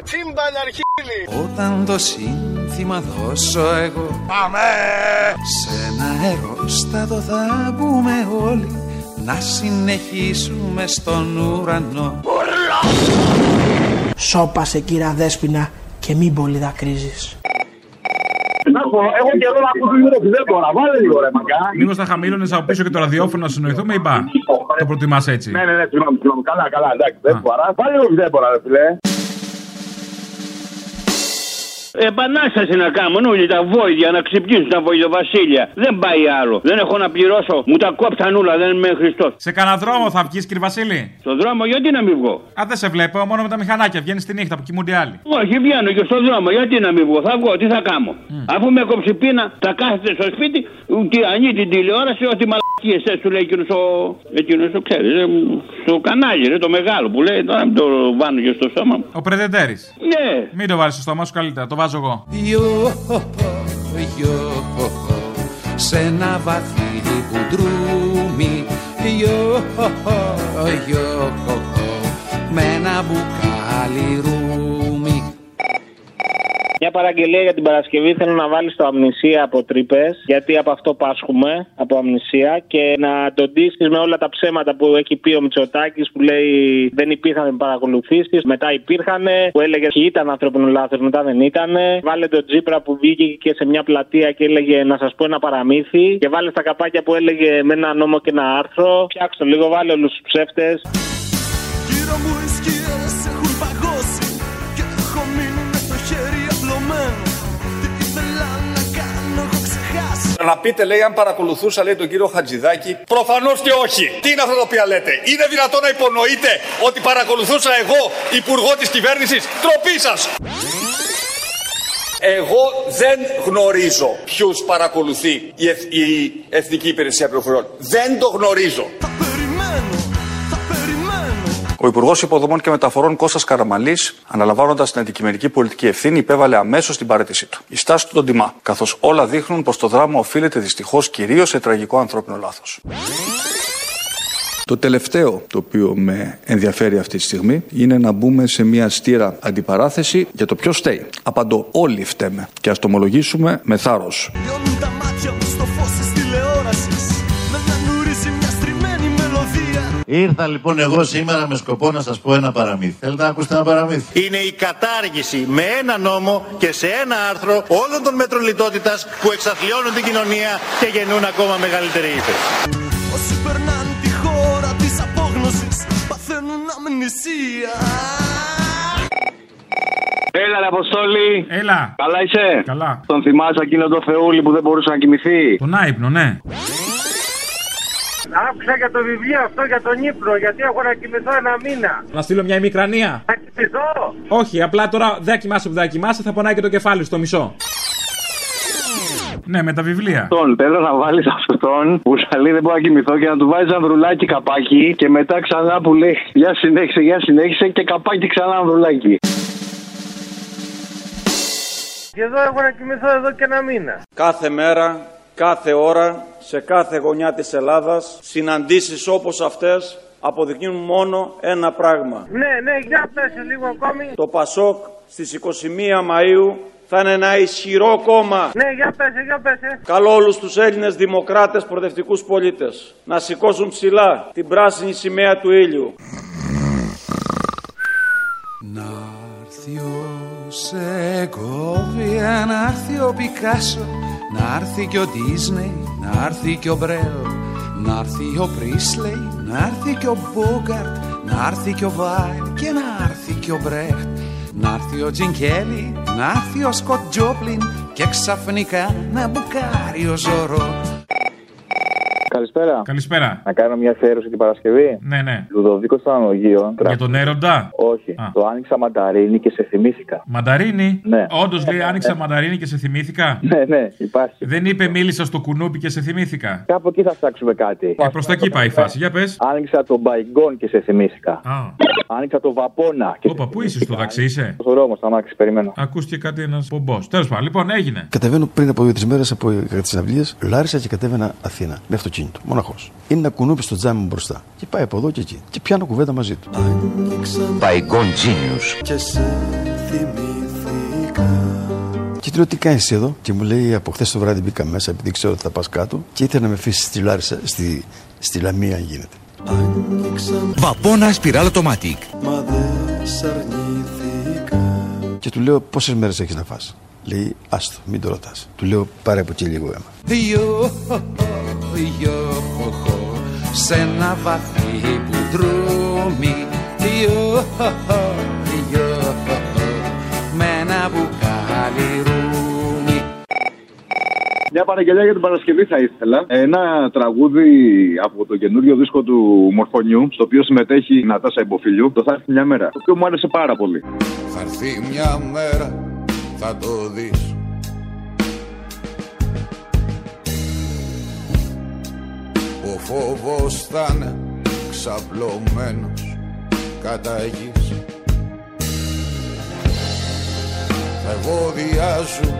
[SPEAKER 18] Όταν το σύνθημα πόθημα δώσω εγώ Πάμε! Σ' ένα αερόστατο θα μπούμε όλοι Να συνεχίσουμε στον ουρανό
[SPEAKER 19] Σώπασε κύρα Δέσποινα και μην πολύ δακρύζεις.
[SPEAKER 30] Έχω καιρό να ακούσω λίγο που δεν μπορώ. Βάλε λίγο ρε μακά.
[SPEAKER 2] Μήπως θα χαμήλωνες από πίσω και το ραδιόφωνο να συνοηθούμε ή μπα. Το προτιμάς έτσι.
[SPEAKER 30] Ναι, ναι, ναι, συγγνώμη, συγγνώμη. Καλά, καλά, εντάξει, δεν μπορώ. Βάλε λίγο που δεν μπορώ, ρε φιλέ.
[SPEAKER 7] Επανάσταση να κάνουν όλοι τα βόηδια, να ξυπνήσουν τα βασίλεια. Δεν πάει άλλο. Δεν έχω να πληρώσω. Μου τα κόψαν όλα, δεν είμαι Χριστός.
[SPEAKER 2] Σε κανένα δρόμο θα βγεις, κύριε Βασίλη.
[SPEAKER 7] Στον δρόμο, γιατί να μην βγω.
[SPEAKER 2] Α, δεν σε βλέπω, μόνο με τα μηχανάκια. Βγαίνεις τη νύχτα που κοιμούνται οι άλλοι.
[SPEAKER 7] Όχι, βγαίνω και στον δρόμο, γιατί να μην βγω. Θα βγω, τι θα κάνω. Αφού με κόψει πείνα, θα κάθεται στο σπίτι, τι ανοίγει την τηλεόραση, ό,τι μαλακίε θε του λέει εκείνος ο. εκείνος ο ξέρεις, στο κανάλι, ρε, το μεγάλο που λέει, τώρα μην το βάνω και στο σώμα μου.
[SPEAKER 2] Ο Πρεδεντέρη.
[SPEAKER 7] Ναι.
[SPEAKER 2] Μην το βάλεις στο στόμα σου καλύτερα, το βάζω εγώ.
[SPEAKER 18] Ιω, ιω, σε ένα βαθύλι που ντρούμει Ιω, ιω, με ένα μπουκάλι ρούμι
[SPEAKER 13] Μια παραγγελία για την Παρασκευή θέλω να βάλεις το αμνησία από τρύπες, γιατί από αυτό πάσχουμε, από αμνησία, και να τον τύσει με όλα τα ψέματα που έχει πει ο Μητσοτάκης που λέει δεν υπήρχαν παρακολουθήσεις, μετά υπήρχαν, που έλεγε και ήταν ανθρώπινο λάθος, μετά δεν ήταν. Βάλε τον Τζίπρα που βγήκε και σε μια πλατεία και έλεγε να σας πω ένα παραμύθι, και βάλε στα καπάκια που έλεγε με ένα νόμο και ένα άρθρο. Φτιάξτε λίγο, βάλε όλους τους ψεύτες.
[SPEAKER 18] Γύρω μου οι σκιές έχουν παγώσει Και έχω μείνει με το χέρι απλωμένο Τι ήθελα να κάνω έχω ξεχάσει
[SPEAKER 25] Να πείτε, λέει, αν παρακολουθούσα, λέει, τον κύριο Χατζηδάκη. Προφανώς και όχι. Τι είναι αυτά τα οποία λέτε. Είναι δυνατόν να υπονοείτε ότι παρακολουθούσα εγώ, υπουργό της κυβέρνησης. Τροπή σας. Εγώ δεν γνωρίζω ποιους παρακολουθεί η, Εθ- η Εθνική Υπηρεσία Πληροφοριών. Δεν το γνωρίζω. Ο Υπουργός Υποδομών και Μεταφορών Κώστας Καραμαλής, αναλαμβάνοντας την αντικειμενική πολιτική ευθύνη, υπέβαλε αμέσως την παρέτησή του. Η στάση του τον τιμά, καθώς όλα δείχνουν πως το δράμα οφείλεται δυστυχώς κυρίως σε τραγικό ανθρώπινο λάθος. Το τελευταίο το οποίο με ενδιαφέρει αυτή τη στιγμή είναι να μπούμε σε μια στήρα αντιπαράθεση για το ποιος φταίει. Απαντώ, όλοι φταίμε και ας το ομολογήσουμε με θάρρος.
[SPEAKER 18] Λιώνουν τα μάτια μου στο φως της τηλεόρασης Με ανανουρίζει μια στριμμένη μελωδία
[SPEAKER 13] Ήρθα λοιπόν εγώ σήμερα με σκοπό να σας πω ένα παραμύθι. Θέλετε να ακούσετε ένα παραμύθι. Είναι η κατάργηση με ένα νόμο και σε ένα άρθρο όλων των μέτρων λιτότητας που εξαθλιώνουν την κοινωνία και γεννούν ακόμα μεγαλύτερη ύφεση.
[SPEAKER 18] Όσοι περνάνε τη χώρα της απόγνωσης Παθαίνουν αμνησία
[SPEAKER 13] Έλα, ρε Αποστόλη.
[SPEAKER 2] Έλα.
[SPEAKER 13] Καλά είσαι.
[SPEAKER 2] Καλά.
[SPEAKER 13] Ε, Τον θυμάσαι εκείνο το Θεούλη που δεν μπορούσε να κοιμηθεί.
[SPEAKER 2] Τον άϊπνο, ναι.
[SPEAKER 20] Άκουσα για το βιβλίο αυτό για τον ύπνο, γιατί έχω να κοιμηθώ ένα μήνα.
[SPEAKER 2] Να στείλω μια ημικρανία.
[SPEAKER 20] Θα κοιμηθώ.
[SPEAKER 2] Όχι, απλά τώρα δεν κοιμάσαι που δεν κοιμάσαι, θα πονάει και το κεφάλι στο μισό. Ναι, με τα βιβλία.
[SPEAKER 13] Τον θέλω να βάλεις αυτόν που σα λέει δεν μπορώ να κοιμηθώ και να του βάζεις ανδρουλάκι καπάκι και μετά ξανά που λέει για συνέχισε, για συνέχισε και καπάκι ξανά ανδρουλάκι.
[SPEAKER 20] Και εδώ έχω να κοιμηθώ εδώ και ένα μήνα.
[SPEAKER 23] Κάθε μέρα, κάθε ώρα, σε κάθε γωνιά της Ελλάδας, συναντήσεις όπως αυτές αποδεικνύουν μόνο ένα πράγμα.
[SPEAKER 20] Ναι, ναι, για πέσει λίγο ακόμη.
[SPEAKER 23] Το ΠΑΣΟΚ στις 21 Μαΐου θα είναι ένα ισχυρό κόμμα.
[SPEAKER 20] Ναι, για πέσει, για ε. πέσει.
[SPEAKER 23] Καλώ όλους τους Έλληνες δημοκράτες προοδευτικούς πολίτες να σηκώσουν ψηλά την πράσινη σημαία του ήλιου.
[SPEAKER 18] Να έρθει ο Σεκόβια, να έρθει ο Πικάσο Να έρθει και ο Ντίσνεϊ, να έρθει και ο Μπρέλ Να έρθει ο Πρίσλεϊ, να έρθει και ο Μπόγκαρτ Να έρθει και ο Βάιλ και να έρθει και ο Μπρέχτ Να έρθει ο Τζινκέλη, να έρθει ο Σκοτ Τζόπλιν Και ξαφνικά να μπουκάρει ο Ζωρό
[SPEAKER 5] Καλησπέρα.
[SPEAKER 2] Καλησπέρα.
[SPEAKER 5] Να κάνω μια αφιέρωση την Παρασκευή.
[SPEAKER 2] Ναι, ναι.
[SPEAKER 5] Λουδοβίκο των Ανογείων.
[SPEAKER 2] Για τον έρωτα.
[SPEAKER 5] Όχι. Το άνοιξα μανταρίνι και σε θυμήθηκα.
[SPEAKER 2] Μανταρίνι.
[SPEAKER 5] Ναι.
[SPEAKER 2] Όντως λέει, άνοιξα μανταρίνι και σε θυμήθηκα.
[SPEAKER 5] Ναι, ναι, υπάρχει.
[SPEAKER 2] Δεν είπε, μίλησα στο κουνούπι και σε θυμήθηκα.
[SPEAKER 5] Κάπου εκεί θα ψάξουμε κάτι.
[SPEAKER 2] Ε, προς τα εκεί πάει η φάση. Για πες.
[SPEAKER 5] Άνοιξα τον Μπαϊγκόν και σε θυμήθηκα.
[SPEAKER 2] Α.
[SPEAKER 5] Άνοιξα τον Βαπόνα και.
[SPEAKER 2] Όπα, πού είσαι στο ταξί είσαι.
[SPEAKER 5] Στο δρόμο, στα μάξι, περιμένω.
[SPEAKER 2] Ακούστηκε κάτι ένας πομπός. Τέλος πάντων, λοιπόν, έγινε.
[SPEAKER 34] Κατεβαίνω πριν από δύο-τρει μέρες από τι αυλίε, Λάρισα και κατέβαινα Αθήνα με αυτοκίνητο, μοναχό. Είναι ένα κουνούπι στο τζάμι μου μπροστά. Και πάει από εδώ και εκεί. Και πιάνω κουβέντα μαζί του.
[SPEAKER 18] Άνοιξα
[SPEAKER 34] Παϊκόν Genius.
[SPEAKER 18] και σε θυμήθηκα
[SPEAKER 34] Και λέω τι κάνεις εδώ και μου λέει από χθες το βράδυ μπήκα μέσα επειδή ξέρω ότι θα πας κάτω και ήθελα να με αφήσει στη Λάρισα, στη, στη Λαμία αν γίνεται.
[SPEAKER 35] Βαπόνα σπιράλα το μάτι.
[SPEAKER 34] Μα δεν σ' αρνήθηκα. Και του λέω πόσες μέρες έχεις να φας. Λέει άστο, μην το ρωτάς. Του λέω πάρε από εκεί λίγο αίμα.
[SPEAKER 18] Δυο, δυο, χοχό, σε ένα βαθύ που δρούμει. Δυο, δυο, με ένα μπουκάλι ρούμι.
[SPEAKER 20] Μια παραγγελία για την Παρασκευή θα ήθελα. Ένα τραγούδι από το καινούριο δίσκο του Μορφωνιού, στο οποίο συμμετέχει η Νατάσα Ιμποφιλιού, το θα έρθει μια μέρα. Το οποίο μου άρεσε πάρα πολύ.
[SPEAKER 3] Θα έρθει μια μέρα, θα το δεις Ο φόβος θα είναι ξαπλωμένος κατά γης Θα ευωδιάζουν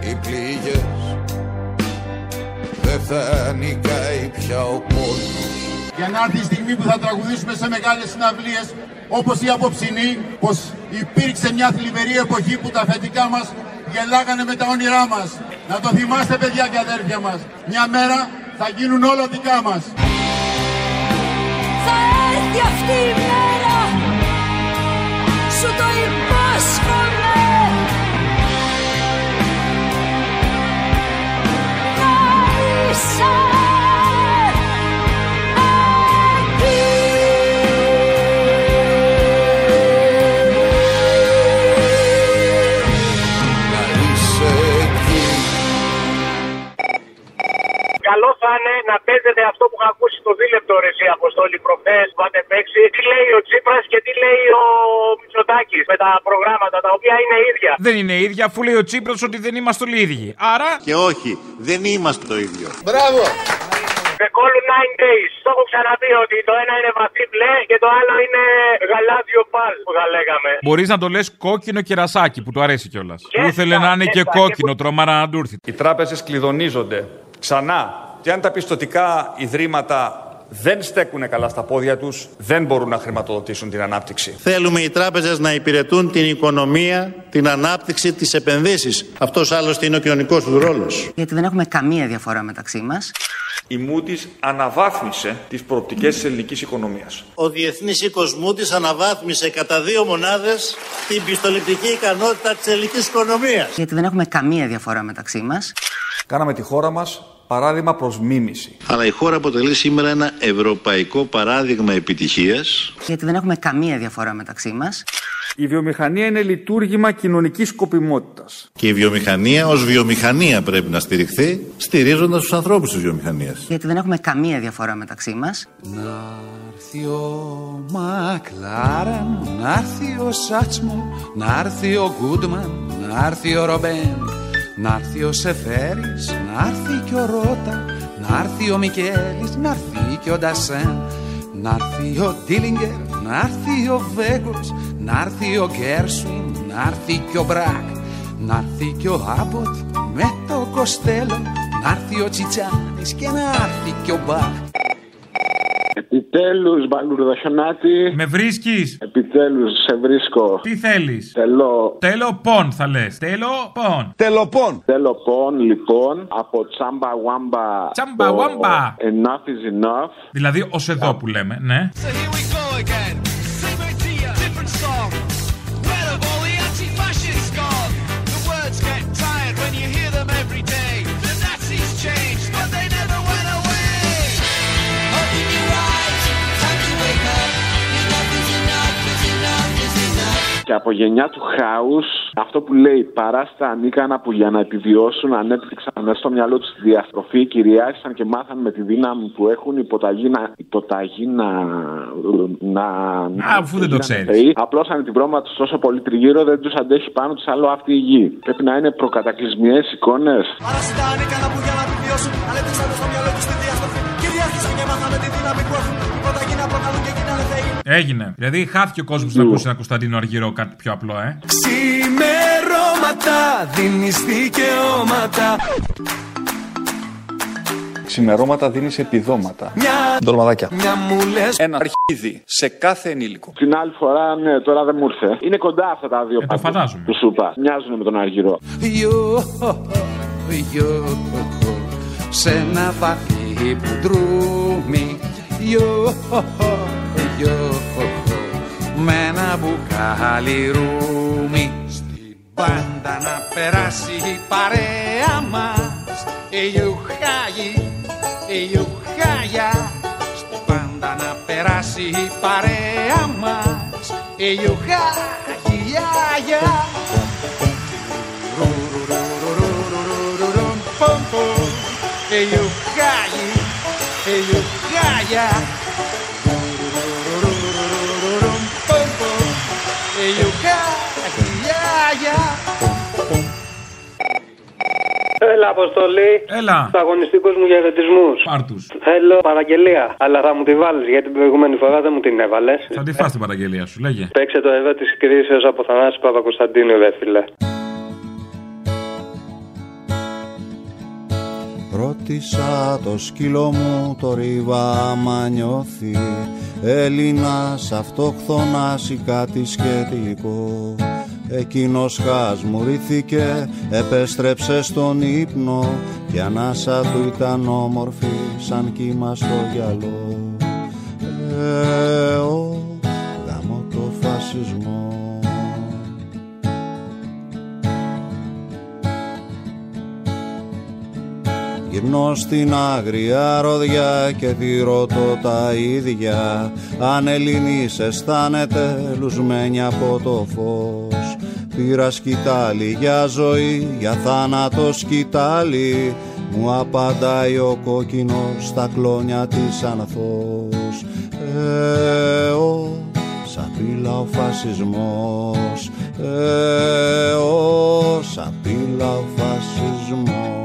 [SPEAKER 3] οι πληγές Δεν θα νικάει πια ο πόνος
[SPEAKER 36] Για να έρθει η στιγμή που θα τραγουδήσουμε σε μεγάλες συναυλίες όπως η απόψινή πως υπήρξε μια θλιβερή εποχή που τα αφεντικά μας γελάγανε με τα όνειρά μας. Να το θυμάστε παιδιά και αδέρφια μας. Μια μέρα θα γίνουν όλα δικά μας.
[SPEAKER 37] Θα έρθει αυτή η μέρα Σου το υπόσχομαι Να είσαι εκεί.
[SPEAKER 3] Να είσαι εκεί
[SPEAKER 7] Καλό θα είναι να παίζετε αυτό που είχα ακούσει το δίλεπτο ρε εσύ Αποστόλη προχθές που είχατε παίξει. Τι λέει ο Τσίπρας και τι λέει ο Μητσοτάκης με τα προγράμματα τα οποία είναι ίδια.
[SPEAKER 2] Δεν είναι ίδια, αφού λέει ο Τσίπρας ότι δεν είμαστε όλοι ίδιοι. Άρα.
[SPEAKER 3] Και όχι, δεν είμαστε το ίδιο.
[SPEAKER 7] Μπράβο! The Call of Nine Days. Το έχω ξαναπεί ότι το ένα είναι βαθύ μπλε και το άλλο είναι γαλάζιο παλ που θα λέγαμε.
[SPEAKER 2] Μπορείς να το λες κόκκινο κερασάκι που του αρέσει κιόλας. Που ήθελε να είναι και κόκκινο, τρομάρα να του έρθει.
[SPEAKER 25] Οι τράπεζες κλειδονίζονται ξανά. Και αν τα πιστοτικά ιδρύματα δεν στέκουν καλά στα πόδια τους, δεν μπορούν να χρηματοδοτήσουν την ανάπτυξη.
[SPEAKER 3] Θέλουμε οι τράπεζες να υπηρετούν την οικονομία, την ανάπτυξη, τις επενδύσεις. Αυτός άλλωστε είναι ο κοινωνικός τους ρόλος.
[SPEAKER 38] Γιατί δεν έχουμε καμία διαφορά μεταξύ μας.
[SPEAKER 25] Η Moody's αναβάθμισε τις προοπτικές της ελληνικής οικονομίας.
[SPEAKER 3] Ο διεθνής οίκος Moody's αναβάθμισε κατά δύο μονάδες την πιστοληπτική ικανότητα της ελληνικής οικονομίας.
[SPEAKER 38] Γιατί δεν έχουμε καμία διαφορά μεταξύ μας.
[SPEAKER 25] Κάναμε τη χώρα μας παράδειγμα προς μίμηση.
[SPEAKER 3] Αλλά η χώρα αποτελεί σήμερα ένα ευρωπαϊκό παράδειγμα επιτυχίας.
[SPEAKER 38] Γιατί δεν έχουμε καμία διαφορά μεταξύ μας.
[SPEAKER 25] Η βιομηχανία είναι λειτουργήμα κοινωνικής σκοπιμότητας.
[SPEAKER 3] Και η βιομηχανία ως βιομηχανία πρέπει να στηριχθεί, στηρίζοντας τους ανθρώπους της βιομηχανίας.
[SPEAKER 38] Γιατί δεν έχουμε καμία διαφορά μεταξύ μας.
[SPEAKER 18] Να έρθει ο Μακλάραν, να έρθει ο Σάτσμο, να έρθει ο Γκούντμαν, να έρθει ο Ρομπέν, να έρθει ο Σεφέρης, να έρθει και ο Ρότα, να έρθει ο Μικέλης, να έρθει και ο Ντασέν, να έρθει ο Ντίλιγκερ, να έρθει ο Βέγκος, να έρθει ο Γκέρσουιν, να έρθει και ο Μπρακ, να έρθει και ο Άμποτ με το Κοστέλο, να έρθει ο Τσιτσάνης και να έρθει και ο Μπακ.
[SPEAKER 22] Επιτέλους, Μπαλουρδαχιονάτη.
[SPEAKER 2] Με βρίσκεις.
[SPEAKER 22] Επιτέλους, σε βρίσκω.
[SPEAKER 2] Τι θέλεις.
[SPEAKER 22] Θέλω.
[SPEAKER 2] Τέλο πον θα λες. Τέλο πον.
[SPEAKER 22] Τελοπών. Τελοπών, λοιπόν, από Τσάμπα Wamba.
[SPEAKER 2] Τσάμπα Wamba.
[SPEAKER 22] Enough is enough.
[SPEAKER 2] Δηλαδή ως εδώ που λέμε, ναι.
[SPEAKER 9] So here we go again. Same idea, different song. Where have all the anti-fascists gone? The words get tired when you hear them every day. The Nazis changed, but they never went away. Open your eyes, time to wake up. Enough is enough, is enough, is enough.
[SPEAKER 22] Και από γενιά του χάους, αυτό που λέει παρά στα ανίκανα που για να επιβιώσουν ανέπτυξαν στο μυαλό τους τη διαστροφή, κυριάρχησαν και μάθαν με τη δύναμη που έχουν υποταγή να. υποταγή να. να.
[SPEAKER 2] Α, αφού δεν το ξέρεις.
[SPEAKER 22] Απλώσαν την πρόβα τους τόσο πολύ τριγύρω, δεν τους αντέχει πάνω τους άλλο αυτή η γη. Πρέπει να είναι προκατακλυσμιέ εικόνε.
[SPEAKER 9] Παραστάνε κανένα που για να επιβιώσουν. Ανέπτυξαν το στο μυαλό τους τη διαστροφή. Κυριάρχησαν και μάθαμε τη δύναμη που έχουν. Πρώτα γίνα προκαλούν και γίνανε θεοί.
[SPEAKER 2] Έγινε. Δηλαδή χάθηκε ο κόσμος να ακούσει ένα Κωνσταντίνο Αργυρό, κάτι πιο απλό, ε.
[SPEAKER 18] Ξημερώματα, δίνεις δικαιώματα
[SPEAKER 25] Ξημερώματα δίνεις επιδόματα.
[SPEAKER 15] Μια-
[SPEAKER 25] Ντολμαδάκια. Ένα αρχίδι σε κάθε ενήλικο.
[SPEAKER 22] Την άλλη φορά, ναι, τώρα δεν μου ήρθε. Είναι κοντά αυτά τα
[SPEAKER 2] Ε,
[SPEAKER 22] δύο πάντως,
[SPEAKER 25] φαντάζομαι.
[SPEAKER 22] Του σούπα. Μοιάζουν με τον Αργυρό.
[SPEAKER 18] Yo, yo, σε ένα βαθύ που ντρούμει Yo, yo, με ένα μπουκάλι ρούμι Στην πάντα να περάσει η παρέα μας Ιουχάγι, Ιουχάγια Στην πάντα να περάσει η παρέα μας Ιουχάγια, γεια
[SPEAKER 17] Έλα, Αποστολή.
[SPEAKER 2] Έλα.
[SPEAKER 17] Στου αγωνιστικούς μου χαιρετισμούς.
[SPEAKER 2] Πάρτους.
[SPEAKER 17] Θέλω παραγγελία, αλλά θα μου τη βάλεις γιατί την προηγούμενη φορά δεν μου την έβαλες.
[SPEAKER 2] Θα τη φας την παραγγελία σου, λέγε.
[SPEAKER 17] Παίξε το εδώ της κρίσεως από Θανάση Παπακοσταντίνου, δε φίλε.
[SPEAKER 37] Ρώτησα το σκύλο μου το ρίβα άμα νιώθει Έλληνας αυτόχθονας ή κάτι σχετικό Εκείνος χασμουρήθηκε, επέστρεψε στον ύπνο Και η ανάσα του ήταν όμορφη σαν κύμα στο γυαλό Λέω, γάμο το φασισμό Γυρνώ στην άγρια ροδιά και τη ρωτώ τα ίδια Αν Ελληνής αισθάνεται λουσμένη από το φως Πήρα σκητάλι για ζωή, για θάνατο σκητάλι Μου απαντάει ο κόκκινος στα κλόνια της «Ε, ανθός Εω, σαπίλα ο φασισμός Ε, Εω, σαπίλα ο φασισμός